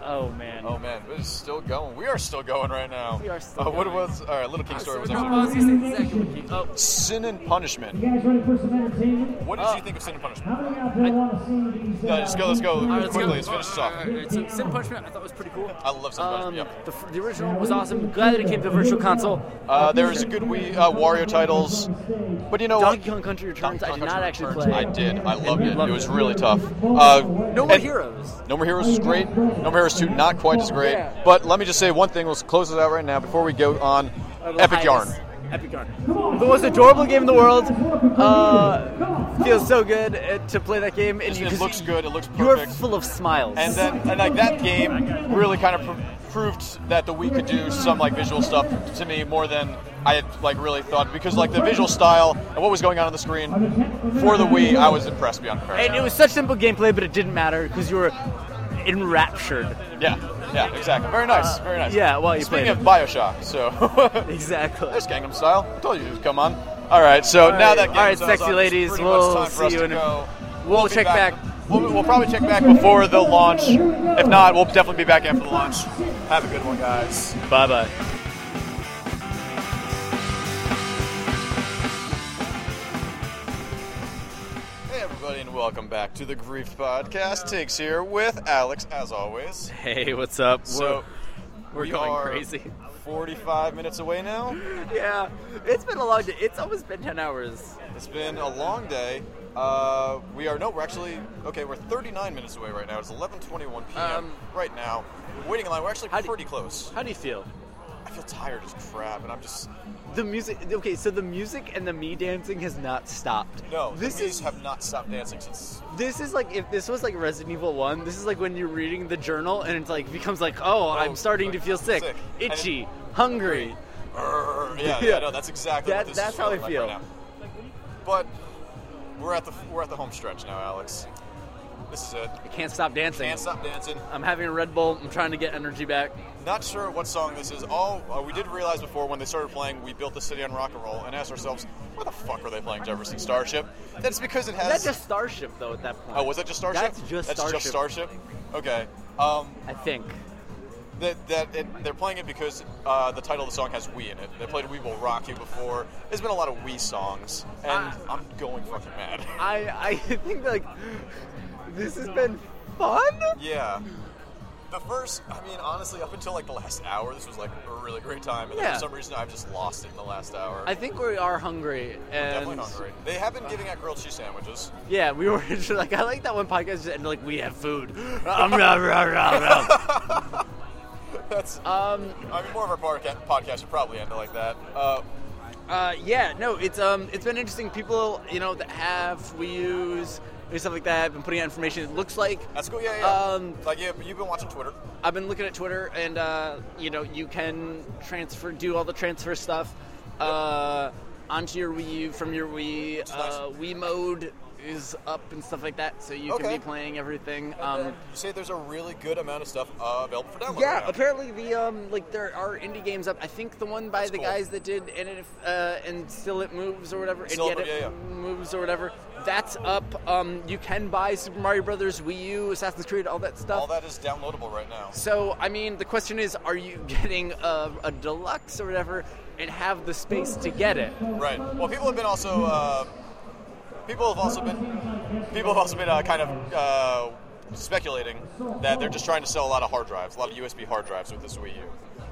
S1: oh man.
S2: Oh man, this is still going. We are still going right now.
S1: We are still
S2: Uh, what
S1: going. Uh,
S2: was? All right, Little King story was actually
S1: Oh,
S2: Sin and Punishment.
S5: You guys ready for some entertainment?
S2: What did
S1: Uh,
S2: you think of Sin and Punishment?
S5: How many out there want to see these?
S2: No, just go. Let's go
S1: right, let's
S2: quickly.
S1: go.
S2: Let's finish this off.
S1: so Sin Punishment, I thought was pretty cool.
S2: I love Sin and
S1: Um,
S2: Punishment.
S1: the,
S2: Yep.
S1: f- the original was awesome. Glad that it came to Virtual Console.
S2: Uh, there is a good Wii uh, Wario titles, but you know what?
S1: Donkey Kong Country Returns,
S2: Oh, Donkey
S1: I
S2: Kong
S1: did not
S2: Country
S1: actually
S2: Returns,
S1: play.
S2: I did. I loved it.
S1: loved
S2: It was
S1: it.
S2: really tough. Uh,
S1: No More
S2: and-
S1: Heroes.
S2: No More Heroes is great. No More Heroes first two not quite as great.
S1: Yeah.
S2: But let me just say one thing. We'll close this out right now before we go on Epic Yarn.
S1: Epic yarn. The most adorable game in the world. Uh, feels so good uh, to play that game. And
S2: It
S1: you, 'cause
S2: looks good. It looks
S1: You are
S2: perfect.
S1: full of smiles.
S2: And then, and like that game really kind of pr- proved that the Wii could do some like visual stuff to me more than I had like really thought because like the visual style and what was going on on the screen for the Wii, I was impressed beyond
S1: And
S2: comparison.
S1: it was such simple gameplay, but it didn't matter because you were enraptured.
S2: Yeah, yeah, exactly. Very nice, very nice.
S1: Uh, yeah, well, you
S2: Speaking
S1: played
S2: of Bioshock, so [laughs]
S1: Exactly.
S2: There's Gangnam Style. I told you it would come on. All right, so
S1: right,
S2: now that Gangnam
S1: all right,
S2: Style's
S1: sexy
S2: on, it's
S1: ladies,
S2: pretty
S1: we'll
S2: much time for
S1: see
S2: us
S1: you
S2: to
S1: in a-
S2: go.
S1: we'll
S2: be
S1: check back.
S2: We'll, we'll probably check back before the launch. If not, we'll definitely be back after the launch. Have a good one, guys.
S1: Bye bye.
S2: Hey, everybody, and welcome back to the Grief Podcast. Takes here with Alex, as always.
S1: Hey, what's up?
S2: So
S1: we're, we're
S2: we
S1: going
S2: are
S1: crazy.
S2: 45 minutes away now.
S1: Yeah, it's been a long day. It's almost been 10 hours.
S2: It's been a long day. Uh, we are no, we're actually okay. We're 39 minutes away right now. It's 11:21 p.m.
S1: Um,
S2: right now. Waiting in line. We're actually
S1: How do-
S2: pretty close.
S1: How do you feel?
S2: I feel tired as crap, and I'm just
S1: The music. Okay, so the music and the me dancing has not stopped.
S2: no.
S1: this
S2: the Mii's
S1: is
S2: have not stopped dancing since.
S1: this is like if this was like Resident Evil One. This is like when you're reading the journal and it's like becomes like, oh, I'm starting to feel sick,
S2: sick. I didn't-
S1: itchy, hungry.
S2: Brrr, yeah, yeah,
S1: Yeah.
S2: no, that's exactly
S1: That-
S2: what this
S1: that's
S2: is
S1: how I
S2: feeling like
S1: feel.
S2: Right now. But we're at the we're at the home stretch now, Alex. This is it.
S1: I can't stop dancing.
S2: Can't stop dancing.
S1: I'm having a Red Bull. I'm trying to get energy back.
S2: Not sure what song this is. All uh, we did realize before when they started playing "We Built the City on Rock and Roll" and asked ourselves, "Why the fuck were they playing Jefferson Starship?" That's because it has.
S1: That's just Starship though. At that point.
S2: oh, was that just Starship?
S1: That's just
S2: That's
S1: Starship.
S2: just Starship. Okay. Um,
S1: I think.
S2: that that it, they're playing it because uh, the title of the song has "We" in it. They played "We Will Rock You" before. There's been a lot of "We" songs, and
S1: Ah.
S2: I'm going fucking mad. [laughs]
S1: I [laughs] I think like this has been fun.
S2: yeah. The first, I mean, honestly, up until like the last hour, this was like a really great time, and then
S1: Yeah.
S2: for some reason, I've just lost it in the last hour.
S1: I think we are hungry and
S2: Definitely not great. They have been giving out grilled cheese sandwiches. [laughs]
S1: yeah, we were [laughs] just like I like that one podcast just ended like we have
S2: [laughs]
S1: food. Um, rah, rah, rah,
S2: That's
S1: rah. um
S2: I mean, more of our barca- podcast should probably end it like that. Uh,
S1: uh, yeah, no, it's um it's been interesting. People you know that have we use and stuff like that have been putting out information. It looks like
S2: that's cool. Yeah, yeah. yeah.
S1: Um,
S2: like yeah, you've been watching Twitter.
S1: I've been looking at Twitter, and uh, you know you can transfer, do all the transfer stuff uh, onto your Wii U from your Wii.
S2: is nice.
S1: Uh, Wii mode is up and stuff like that, so you
S2: Okay.
S1: can be playing everything. Um,
S2: you say there's a really good amount of stuff uh, available for download.
S1: yeah,
S2: right now.
S1: apparently the um, like there are indie games up. I think the one by
S2: That's
S1: the
S2: cool.
S1: guys that did and it uh, and still it moves or whatever,
S2: Still
S1: and
S2: It-
S1: yet
S2: yeah,
S1: it
S2: yeah.
S1: moves or whatever. That's up. Um, you can buy Super Mario Brothers, Wii U, Assassin's Creed, all that stuff.
S2: all that is downloadable right now.
S1: So, I mean, the question is, are you [laughs] getting a, a deluxe or whatever and have the space to get it?
S2: Right. Well, people have been also. Uh, people have also been. People have also been uh, kind of uh, speculating that they're just trying to sell a lot of hard drives, a lot of USB hard drives with this Wii U.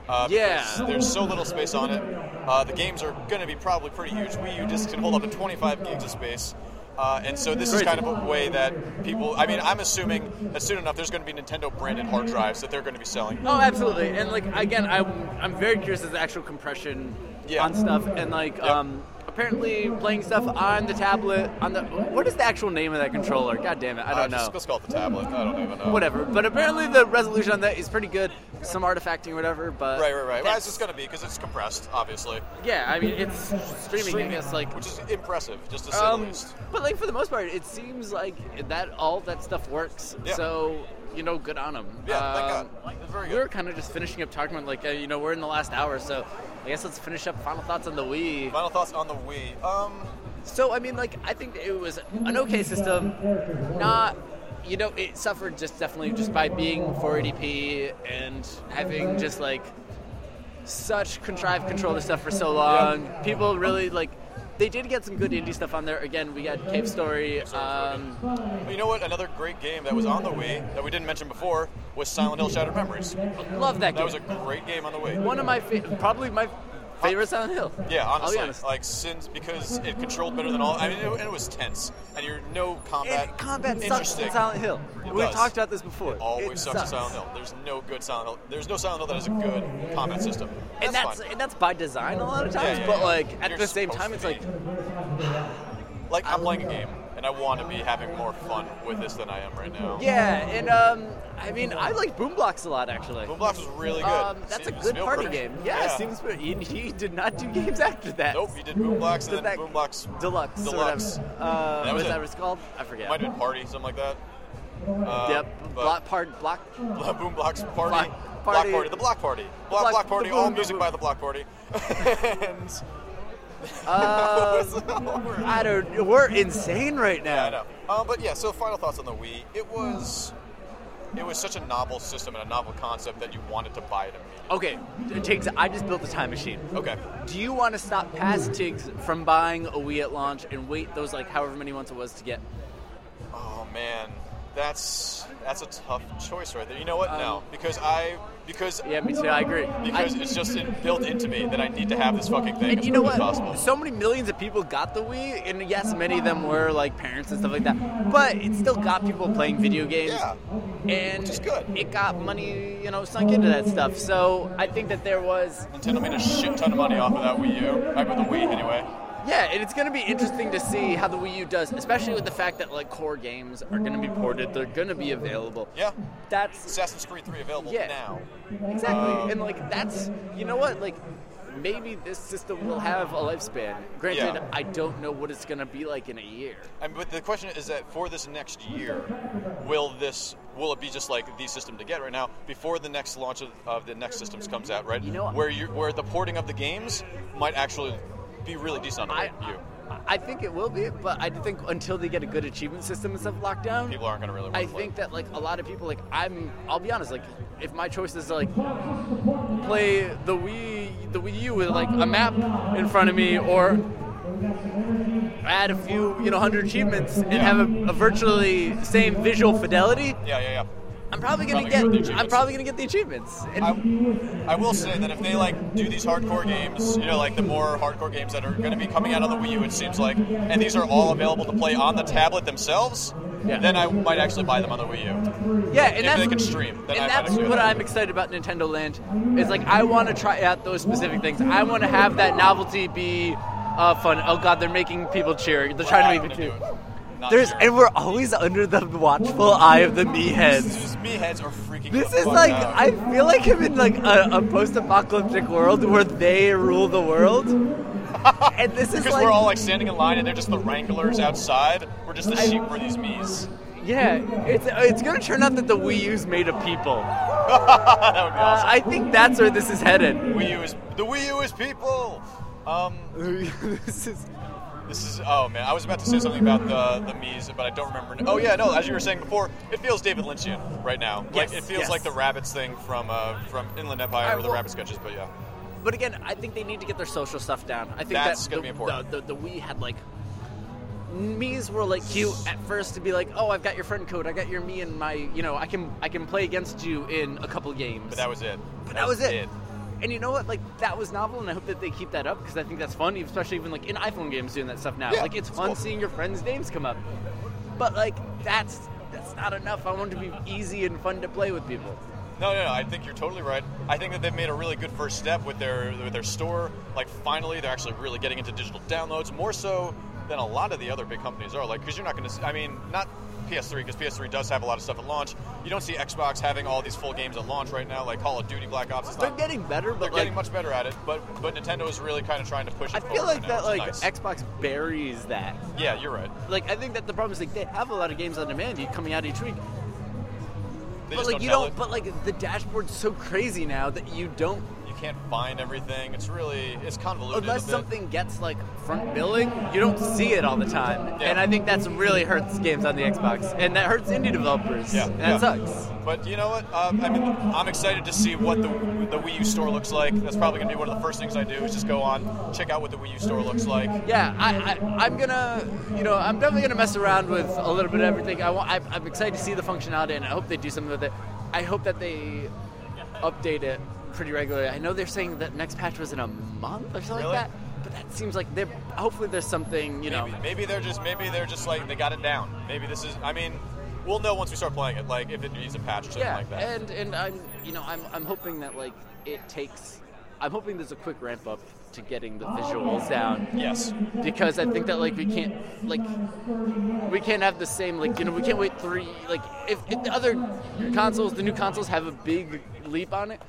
S2: Uh,
S1: Yeah.
S2: because There's so little space on it. Uh, the games are going to be probably pretty huge. Wii U discs can hold up to 25 gigs of space. Uh, and so this is
S1: Crazy.
S2: kind of a way that people. I mean, I'm assuming that soon enough there's going to be Nintendo branded hard drives that they're going to be selling.
S1: Oh, absolutely. And, like, again, I'm, I'm very curious as the actual compression
S2: Yeah.
S1: on stuff. And, like, um, apparently playing stuff on the tablet, on the. What is the actual name of that controller? God damn it, I
S2: Uh,
S1: don't
S2: just,
S1: know.
S2: let's call it the tablet. I don't even know.
S1: Whatever. But apparently the resolution on that is pretty good. Some artifacting or whatever, but.
S2: Right, right, right. Well,
S1: that's-
S2: it's just going to be because it's compressed, obviously.
S1: yeah, I mean, it's streaming, I guess, like.
S2: which is impressive, just to say the
S1: Um,
S2: least.
S1: but like for the most part, it seems like that all that stuff works.
S2: Yeah.
S1: So you know, good on them.
S2: Yeah, thank God. That's very
S1: We were
S2: good.
S1: kind of just finishing up talking about like uh, you know we're in the last hour, so I guess let's finish up final thoughts on the Wii.
S2: Final thoughts on the Wii. Um,
S1: So I mean, like I think it was an okay system, not. You know, it suffered just definitely just by being 480p and having just like such contrived controller stuff for so long. People really like. They did get some good indie stuff on there. Again, we got Cave Story. Um,
S2: you know what? Another great game that was on the Wii that we didn't mention before was Silent Hill: Shattered Memories.
S1: Love that game.
S2: That was a great game on the Wii.
S1: One of my fa- probably my Favorite Silent Hill.
S2: Yeah,
S1: I'll
S2: honestly,
S1: be honest.
S2: like since because it controlled better than all. I mean, it, and it was tense, and you're no combat.
S1: And combat sucks
S2: interesting.
S1: in Silent Hill.
S2: It
S1: We've
S2: does.
S1: talked about this before.
S2: It always
S1: It
S2: sucks in Silent Hill. There's no good Silent Hill. There's no Silent Hill that has a good combat system.
S1: and that's
S2: fine.
S1: and that's by design a lot of times.
S2: Yeah, yeah,
S1: but
S2: yeah.
S1: like at
S2: You're
S1: the same
S2: supposed
S1: time,
S2: to
S1: it's
S2: be.
S1: like
S2: like I'm playing a game, and I want to be having more fun with this than I am right now.
S1: yeah. And um, I mean, I like Boom Blocks a lot actually.
S2: Boom Blocks was really good.
S1: Um, that's a
S2: Steven
S1: good party
S2: Spielberg.
S1: game. Yeah, Steven Spielberg. He, he did not do games after that.
S2: Nope, he did Boom Blocks
S1: Did
S2: and
S1: that
S2: then Boom Blocks
S1: Deluxe. or
S2: Deluxe.
S1: whatever. Uh,
S2: That was
S1: was
S2: it.
S1: that what it's called? I forget.
S2: Might have been Party, something like that. [laughs] Uh,
S1: yep.
S2: but-
S1: Block part block.
S2: Boom Blocks Party.
S1: Block
S2: Block
S1: Party.
S2: Party. The Block Party. Block,
S1: Block-
S2: block, Party.
S1: the
S2: all
S1: boom,
S2: music
S1: boom,
S2: by
S1: boom.
S2: the Block Party. [laughs] and [laughs]
S1: Um, I don't. We're insane right now.
S2: yeah, I know. Um, but yeah, so final thoughts on the Wii. It was, it was such a novel system and a novel concept that you wanted to buy it immediately.
S1: Okay, it takes. I just built a time machine.
S2: Okay.
S1: Do you want to stop past Tiggs from buying a Wii at launch and wait those like however many months it was to get?
S2: Oh man, that's that's a tough choice right there. You know what? no,
S1: Um,
S2: because I because
S1: Yeah, me too. I agree.
S2: because
S1: I-
S2: it's just in, built into me that I need to have this fucking thing
S1: and
S2: as
S1: you know
S2: quickly
S1: what?
S2: as possible.
S1: So many millions of people got the Wii, and yes, many of them were like parents and stuff like that. But it still got people playing video games.
S2: Yeah.
S1: And
S2: Which is good.
S1: it got money, you know, sunk into that stuff. So I think that there was
S2: Nintendo made a shit ton of money off of that Wii U, right? With the Wii anyway.
S1: Yeah, and it's going to be interesting to see how the Wii U does, especially with the fact that like core games are going to be ported. They're going to be available.
S2: Yeah,
S1: That's
S2: Assassin's Creed 3 available
S1: Yeah.
S2: now.
S1: exactly, and like that's you know what like maybe this system will have a lifespan. Granted,
S2: Yeah.
S1: I don't know what it's going to be like in a year.
S2: And, but the question is that for this next year, will this will it be just like the system to get right now before the next launch of, of the next systems comes out, right?
S1: You know-
S2: where you where the porting of the games might actually be really decent on the
S1: I,
S2: Wii U.
S1: I I think it will be, but I think until they get a good achievement system and stuff locked down,
S2: People aren't going to really. Want
S1: I
S2: to play.
S1: think that like a lot of people like I'm I'll be honest like if my choice is to like play the Wii the Wii U with like a map in front of me or add a few you know hundred achievements and
S2: Yeah.
S1: have a, a virtually same visual fidelity
S2: Yeah, yeah,
S1: I'm probably gonna
S2: Probably gonna get the
S1: get I'm
S2: achievements.
S1: probably gonna get the achievements and
S2: yeah. I, I will say that if they like do these hardcore games, you know, like the more hardcore games that are going to be coming out on the Wii U, it seems like, and these are all available to play on the tablet themselves,
S1: Yeah.
S2: then I might actually buy them on the Wii U.
S1: yeah and
S2: if
S1: that's
S2: they could stream, then
S1: and
S2: I might
S1: that's
S2: actually
S1: what
S2: do that.
S1: I'm excited about Nintendo Land is like I want to try out those specific things I want to have that novelty be uh, fun oh god they're making people cheer they're
S2: We're
S1: trying
S2: not
S1: to make
S2: gonna
S1: people
S2: do
S1: cheer.
S2: it. Not
S1: There's
S2: here.
S1: and we're always under the watchful eye of the me heads.
S2: These me heads are freaking.
S1: This
S2: the
S1: is
S2: fuck
S1: like
S2: out.
S1: I feel like I'm in like a, a post-apocalyptic world where they rule the world,
S2: [laughs]
S1: and this is
S2: because
S1: like
S2: we're all like standing in line and they're just the wranglers outside. We're just the sheep for these me's. [laughs]
S1: yeah, it's it's gonna turn out that the Wii U's made of people.
S2: that would be
S1: Uh,
S2: awesome.
S1: I think that's where this is
S2: [laughs]
S1: headed.
S2: Wii U is the Wii U is people. Um,
S1: this is
S2: this is oh man, I was about to say something about the the me's, but I don't remember. Oh yeah, no, as you were saying before, it feels David Lynchian right now. Like
S1: Yes,
S2: it feels
S1: yes.
S2: like the rabbits thing from uh, from Inland Empire
S1: All right,
S2: or the
S1: well-
S2: rabbit sketches, but yeah.
S1: But again, I think they need to get their social stuff down. I think
S2: That's
S1: that
S2: gonna
S1: the,
S2: be important.
S1: The, the, the Wii had like me's were like cute at first to be like, oh, I've got your friend code, I got your me and my, you know, I can I can play against you in a couple games.
S2: But that was it.
S1: But that was it. And you know what? Like that was novel, and I hope that they keep that up because I think that's fun, especially even like in iPhone games doing that stuff now.
S2: Yeah,
S1: like it's
S2: it's
S1: fun
S2: cool.
S1: seeing your friends' names come up. But like that's that's not enough. I want it to be easy and fun to play with people.
S2: No, no, no. I think you're totally right. I think that they've made a really good first step with their with their store. Like finally, they're actually really getting into digital downloads more so than a lot of the other big companies are. Like because you're not going to. I mean, not PS3 because PS3 does have a lot of stuff at launch. You don't see Xbox having all these full games at launch right now, like Call of Duty, Black Ops. It's
S1: They're
S2: not-
S1: getting better,
S2: they're
S1: but
S2: getting
S1: like
S2: much better at it. But but Nintendo is really kind of trying to push. It
S1: I feel
S2: forward
S1: like
S2: right now,
S1: that
S2: which
S1: like
S2: is Oh, nice.
S1: Xbox buries that.
S2: yeah, you're right.
S1: Like I think that the problem is like they have a lot of games on demand coming out each week, but
S2: They just
S1: like
S2: don't
S1: you
S2: tell
S1: don't.
S2: it.
S1: But like the dashboard's so crazy now that you don't
S2: you can't find everything. It's really it's convoluted. a
S1: unless
S2: bit.
S1: something gets like front billing, you don't see it all the time,
S2: Yeah.
S1: and I think that's really hurts games on the Xbox, and that hurts indie developers.
S2: Yeah,
S1: and
S2: yeah.
S1: that sucks.
S2: But you know what? Uh, I mean, I'm excited to see what the the Wii U store looks like. That's probably going to be one of the first things I do is just go on, check out what the Wii U store looks like.
S1: Yeah, I, I, I'm gonna, you know, I'm definitely gonna mess around with a little bit of everything. I want, I, I'm excited to see the functionality, and I hope they do something with it. I hope that they update it pretty regularly. I know they're saying that next patch was in a month or something
S2: Really?
S1: like that, but that seems like they're hopefully there's something you know.
S2: Maybe, maybe they're just maybe they're just like they got it down. Maybe this is. I mean, we'll know once we start playing it. Like if it needs a patch or something
S1: yeah,
S2: like that.
S1: and and I'm you know I'm I'm hoping that like it takes. I'm hoping there's a quick ramp up to getting the visuals down
S2: yes.
S1: because I think that like we can't like we can't have the same like you know we can't wait three like if, if the other consoles the new consoles have a big leap on it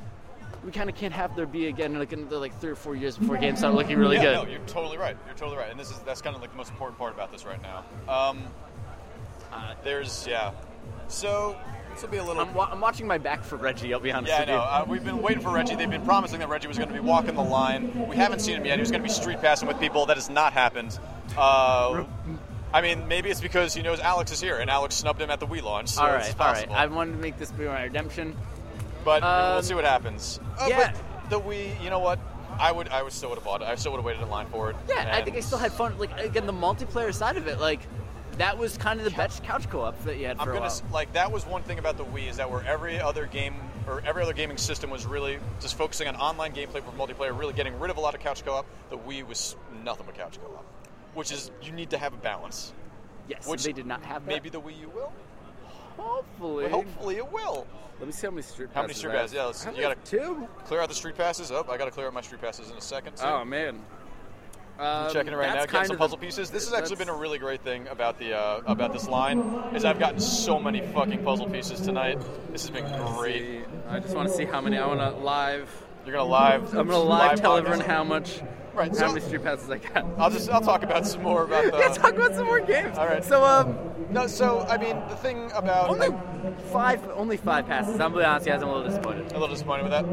S1: we kind of can't have there be again like another like three or four years before games start looking really
S2: yeah,
S1: good.
S2: no, you're totally right. You're totally right. And this is that's kind of like the most important part about this right now. Um,
S1: Uh,
S2: there's yeah. So this will be a little.
S1: I'm, wa- I'm watching my back for Reggie. I'll be honest
S2: yeah, I
S1: with
S2: know. Uh, we've been waiting for Reggie. They've been promising that Reggie was going to be walking the line. We haven't seen him yet. He was going to be street passing with people. That has not happened. Uh, I mean, maybe it's because he knows Alex is here, and Alex snubbed him at the Wii launch.
S1: you.
S2: So
S1: All
S2: it's
S1: right, all right.
S2: possible.
S1: I wanted to make this be my redemption.
S2: But
S1: Um,
S2: we'll see what happens. Uh,
S1: yeah.
S2: But the Wii, you know what? I would, I would still would have bought it. I still would have waited in line for it.
S1: Yeah, I
S2: And
S1: think I still had fun. Like again, the multiplayer side of it, like that was kind of the best couch co-op that you had for
S2: I'm
S1: a
S2: gonna
S1: while.
S2: s like that was one thing about the Wii is that where every other game or every other gaming system was really just focusing on online gameplay for multiplayer, really getting rid of a lot of couch co-op. The Wii was nothing but couch co-op, which is you need to have a balance.
S1: yes,
S2: which
S1: they did not have that.
S2: Maybe the Wii U will.
S1: hopefully.
S2: Well, hopefully it will.
S1: Let me see how many street passes.
S2: How many street
S1: I have.
S2: passes? Yeah, let's-
S1: How
S2: you
S1: many?
S2: gotta-
S1: two.
S2: Clear out the street passes. Oh, I got to clear out my street passes in a second. So.
S1: Oh man. Um,
S2: checking it right now,
S1: that's
S2: getting
S1: kind
S2: some
S1: of the-
S2: puzzle pieces. This has actually
S1: that's-
S2: been a really great thing about the uh, about this line is I've gotten so many fucking puzzle pieces tonight. This has been great.
S1: See, I just want to see how many. I want to live.
S2: [laughs] You're gonna live.
S1: I'm gonna live, tell
S2: podcast.
S1: everyone how much,
S2: Right,
S1: how
S2: so-
S1: many street passes I got.
S2: I'll just I'll talk about some more about the.
S1: [laughs] yeah, talk about some more games.
S2: All right.
S1: So um,
S2: no, so I mean the thing about
S1: only five, only five passes. I'm gonna be honest, guys, I'm a little disappointed.
S2: a little disappointed with that.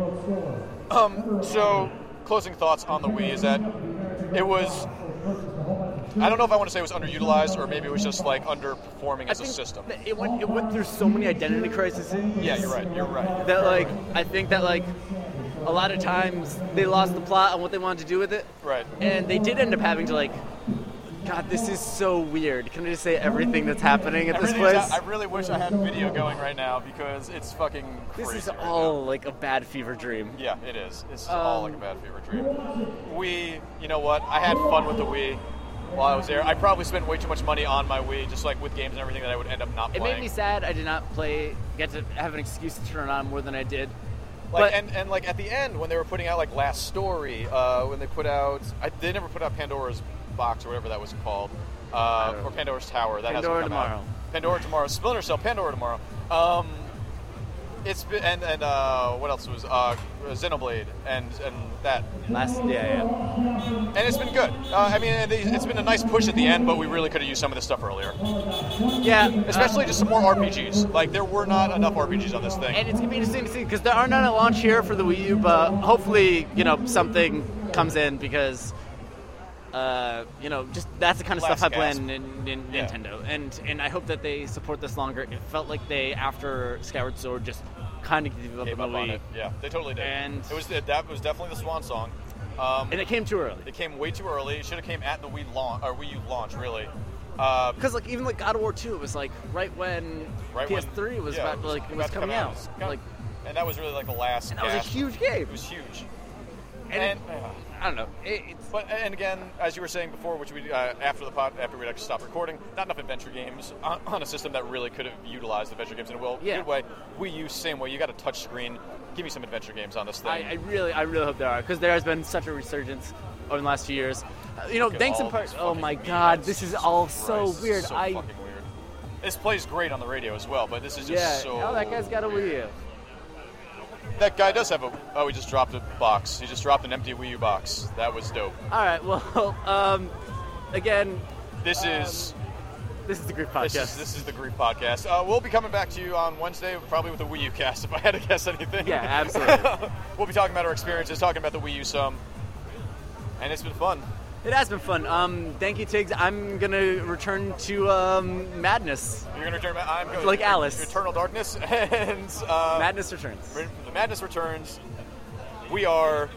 S2: Um, so closing thoughts on the Wii is that it was. I don't know if I want to say it was underutilized or maybe it was just like underperforming as a system.
S1: that it went, it went through so many identity crises.
S2: Yeah, you're right. You're right.
S1: That like, I think that like, a lot of times they lost the plot on what they wanted to do with it.
S2: Right.
S1: And they did end up having to like, God, this is so weird. Can I just say everything that's happening at this
S2: Everything's
S1: place?
S2: out- I really wish I had video going right now because it's fucking
S1: this
S2: crazy
S1: is
S2: right
S1: all
S2: now.
S1: like a bad fever dream.
S2: Yeah, it is. It's all
S1: Um,
S2: like a bad fever dream. We, you know what? I had fun with the Wii while I was there. I probably spent way too much money on my Wii, just like with games and everything that I would end up not
S1: It
S2: playing.
S1: made me sad. I did not play, get to have an excuse to turn it on more than I did.
S2: like
S1: but
S2: and, and like at the end when they were putting out like Last Story, uh, when they put out, I, they never put out Pandora's Box or whatever that was called, uh,
S1: don't know.
S2: or Pandora's Tower. That
S1: Oh. Pandora
S2: hasn't come out.
S1: tomorrow.
S2: Pandora tomorrow. Splinter Cell. Pandora tomorrow. Um, it's been and and uh, what else was uh, Xenoblade and and that
S1: last, yeah, yeah.
S2: and it's been good. Uh, I mean, it- it's been a nice push at the end, but we really could have used some of this stuff earlier,
S1: Yeah,
S2: especially just some more RPGs. Like there were not enough RPGs on this thing.
S1: And it's gonna be interesting to see because there are none at launch here for the Wii U, but hopefully, you know, something comes in because, uh, you know, just that's the kind of
S2: Last
S1: stuff I
S2: gasp.
S1: plan in, in
S2: Yeah.
S1: Nintendo, and and I hope that they support this longer. It felt like they after Skyward Sword just kind of gave up,
S2: Gave
S1: on
S2: up
S1: the Wii,
S2: on it. Yeah, they totally did.
S1: And-
S2: it was that was definitely the swan song. Um,
S1: and it came too early.
S2: It came way too early. It should have came at the Wii launch or Wii U launch, really. Uh,
S1: Because like even like God of War Two, it was like right when
S2: right when-
S1: PS3 was
S2: yeah,
S1: about like
S2: about
S1: it was
S2: to
S1: coming
S2: come
S1: out,
S2: It's kinda-
S1: like
S2: and that was really like the last.
S1: and that was a
S2: gasp.
S1: huge game.
S2: It was huge.
S1: And
S2: And,
S1: it- I don't know. It, it's
S2: but and again, as you were saying before, which we uh, after the pod, after we'd actually stopped recording, not enough adventure games on, on a system that really could have utilized adventure games in a well
S1: Yeah.
S2: good way. Wii U, same way. You got a touch screen. Give me some adventure games on this thing.
S1: I, I really, I really hope there are because there has been such a resurgence over the last few years. Uh, you know,
S2: Look at
S1: thanks in
S2: all
S1: part.
S2: these
S1: Oh
S2: fucking
S1: my
S2: meatheads.
S1: God, this is
S2: Jesus
S1: all
S2: Christ,
S1: so
S2: this is
S1: weird.
S2: so
S1: I
S2: fucking weird. This plays great on the radio as well, but this is just
S1: yeah.
S2: so.
S1: oh, that guy's got a
S2: weird.
S1: Wii U.
S2: That guy does have a. Oh, he just dropped a box. He just dropped an empty Wii U box. That was dope.
S1: All right. Well, [laughs] um, again,
S2: This
S1: Um,
S2: is
S1: this is the group
S2: this
S1: podcast.
S2: is this is the Grief podcast. Uh, we'll be coming back to you on Wednesday, probably with a Wii U cast. [laughs] If I had to guess anything. [laughs]
S1: Yeah, absolutely.
S2: we'll be talking about our experiences, talking about the Wii U some, and it's been fun.
S1: it has been fun. Um, thank you, Tiggs. I'm gonna return to um, madness.
S2: You're gonna return. I'm going
S1: Like Alice.
S2: Eternal darkness [laughs] and uh,
S1: Madness returns.
S2: [laughs] Re- The madness returns. We are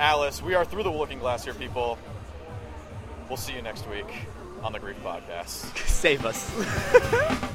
S2: Alice. We are through the looking glass here, people. We'll see you next week on the Grief Podcast.
S1: Save us.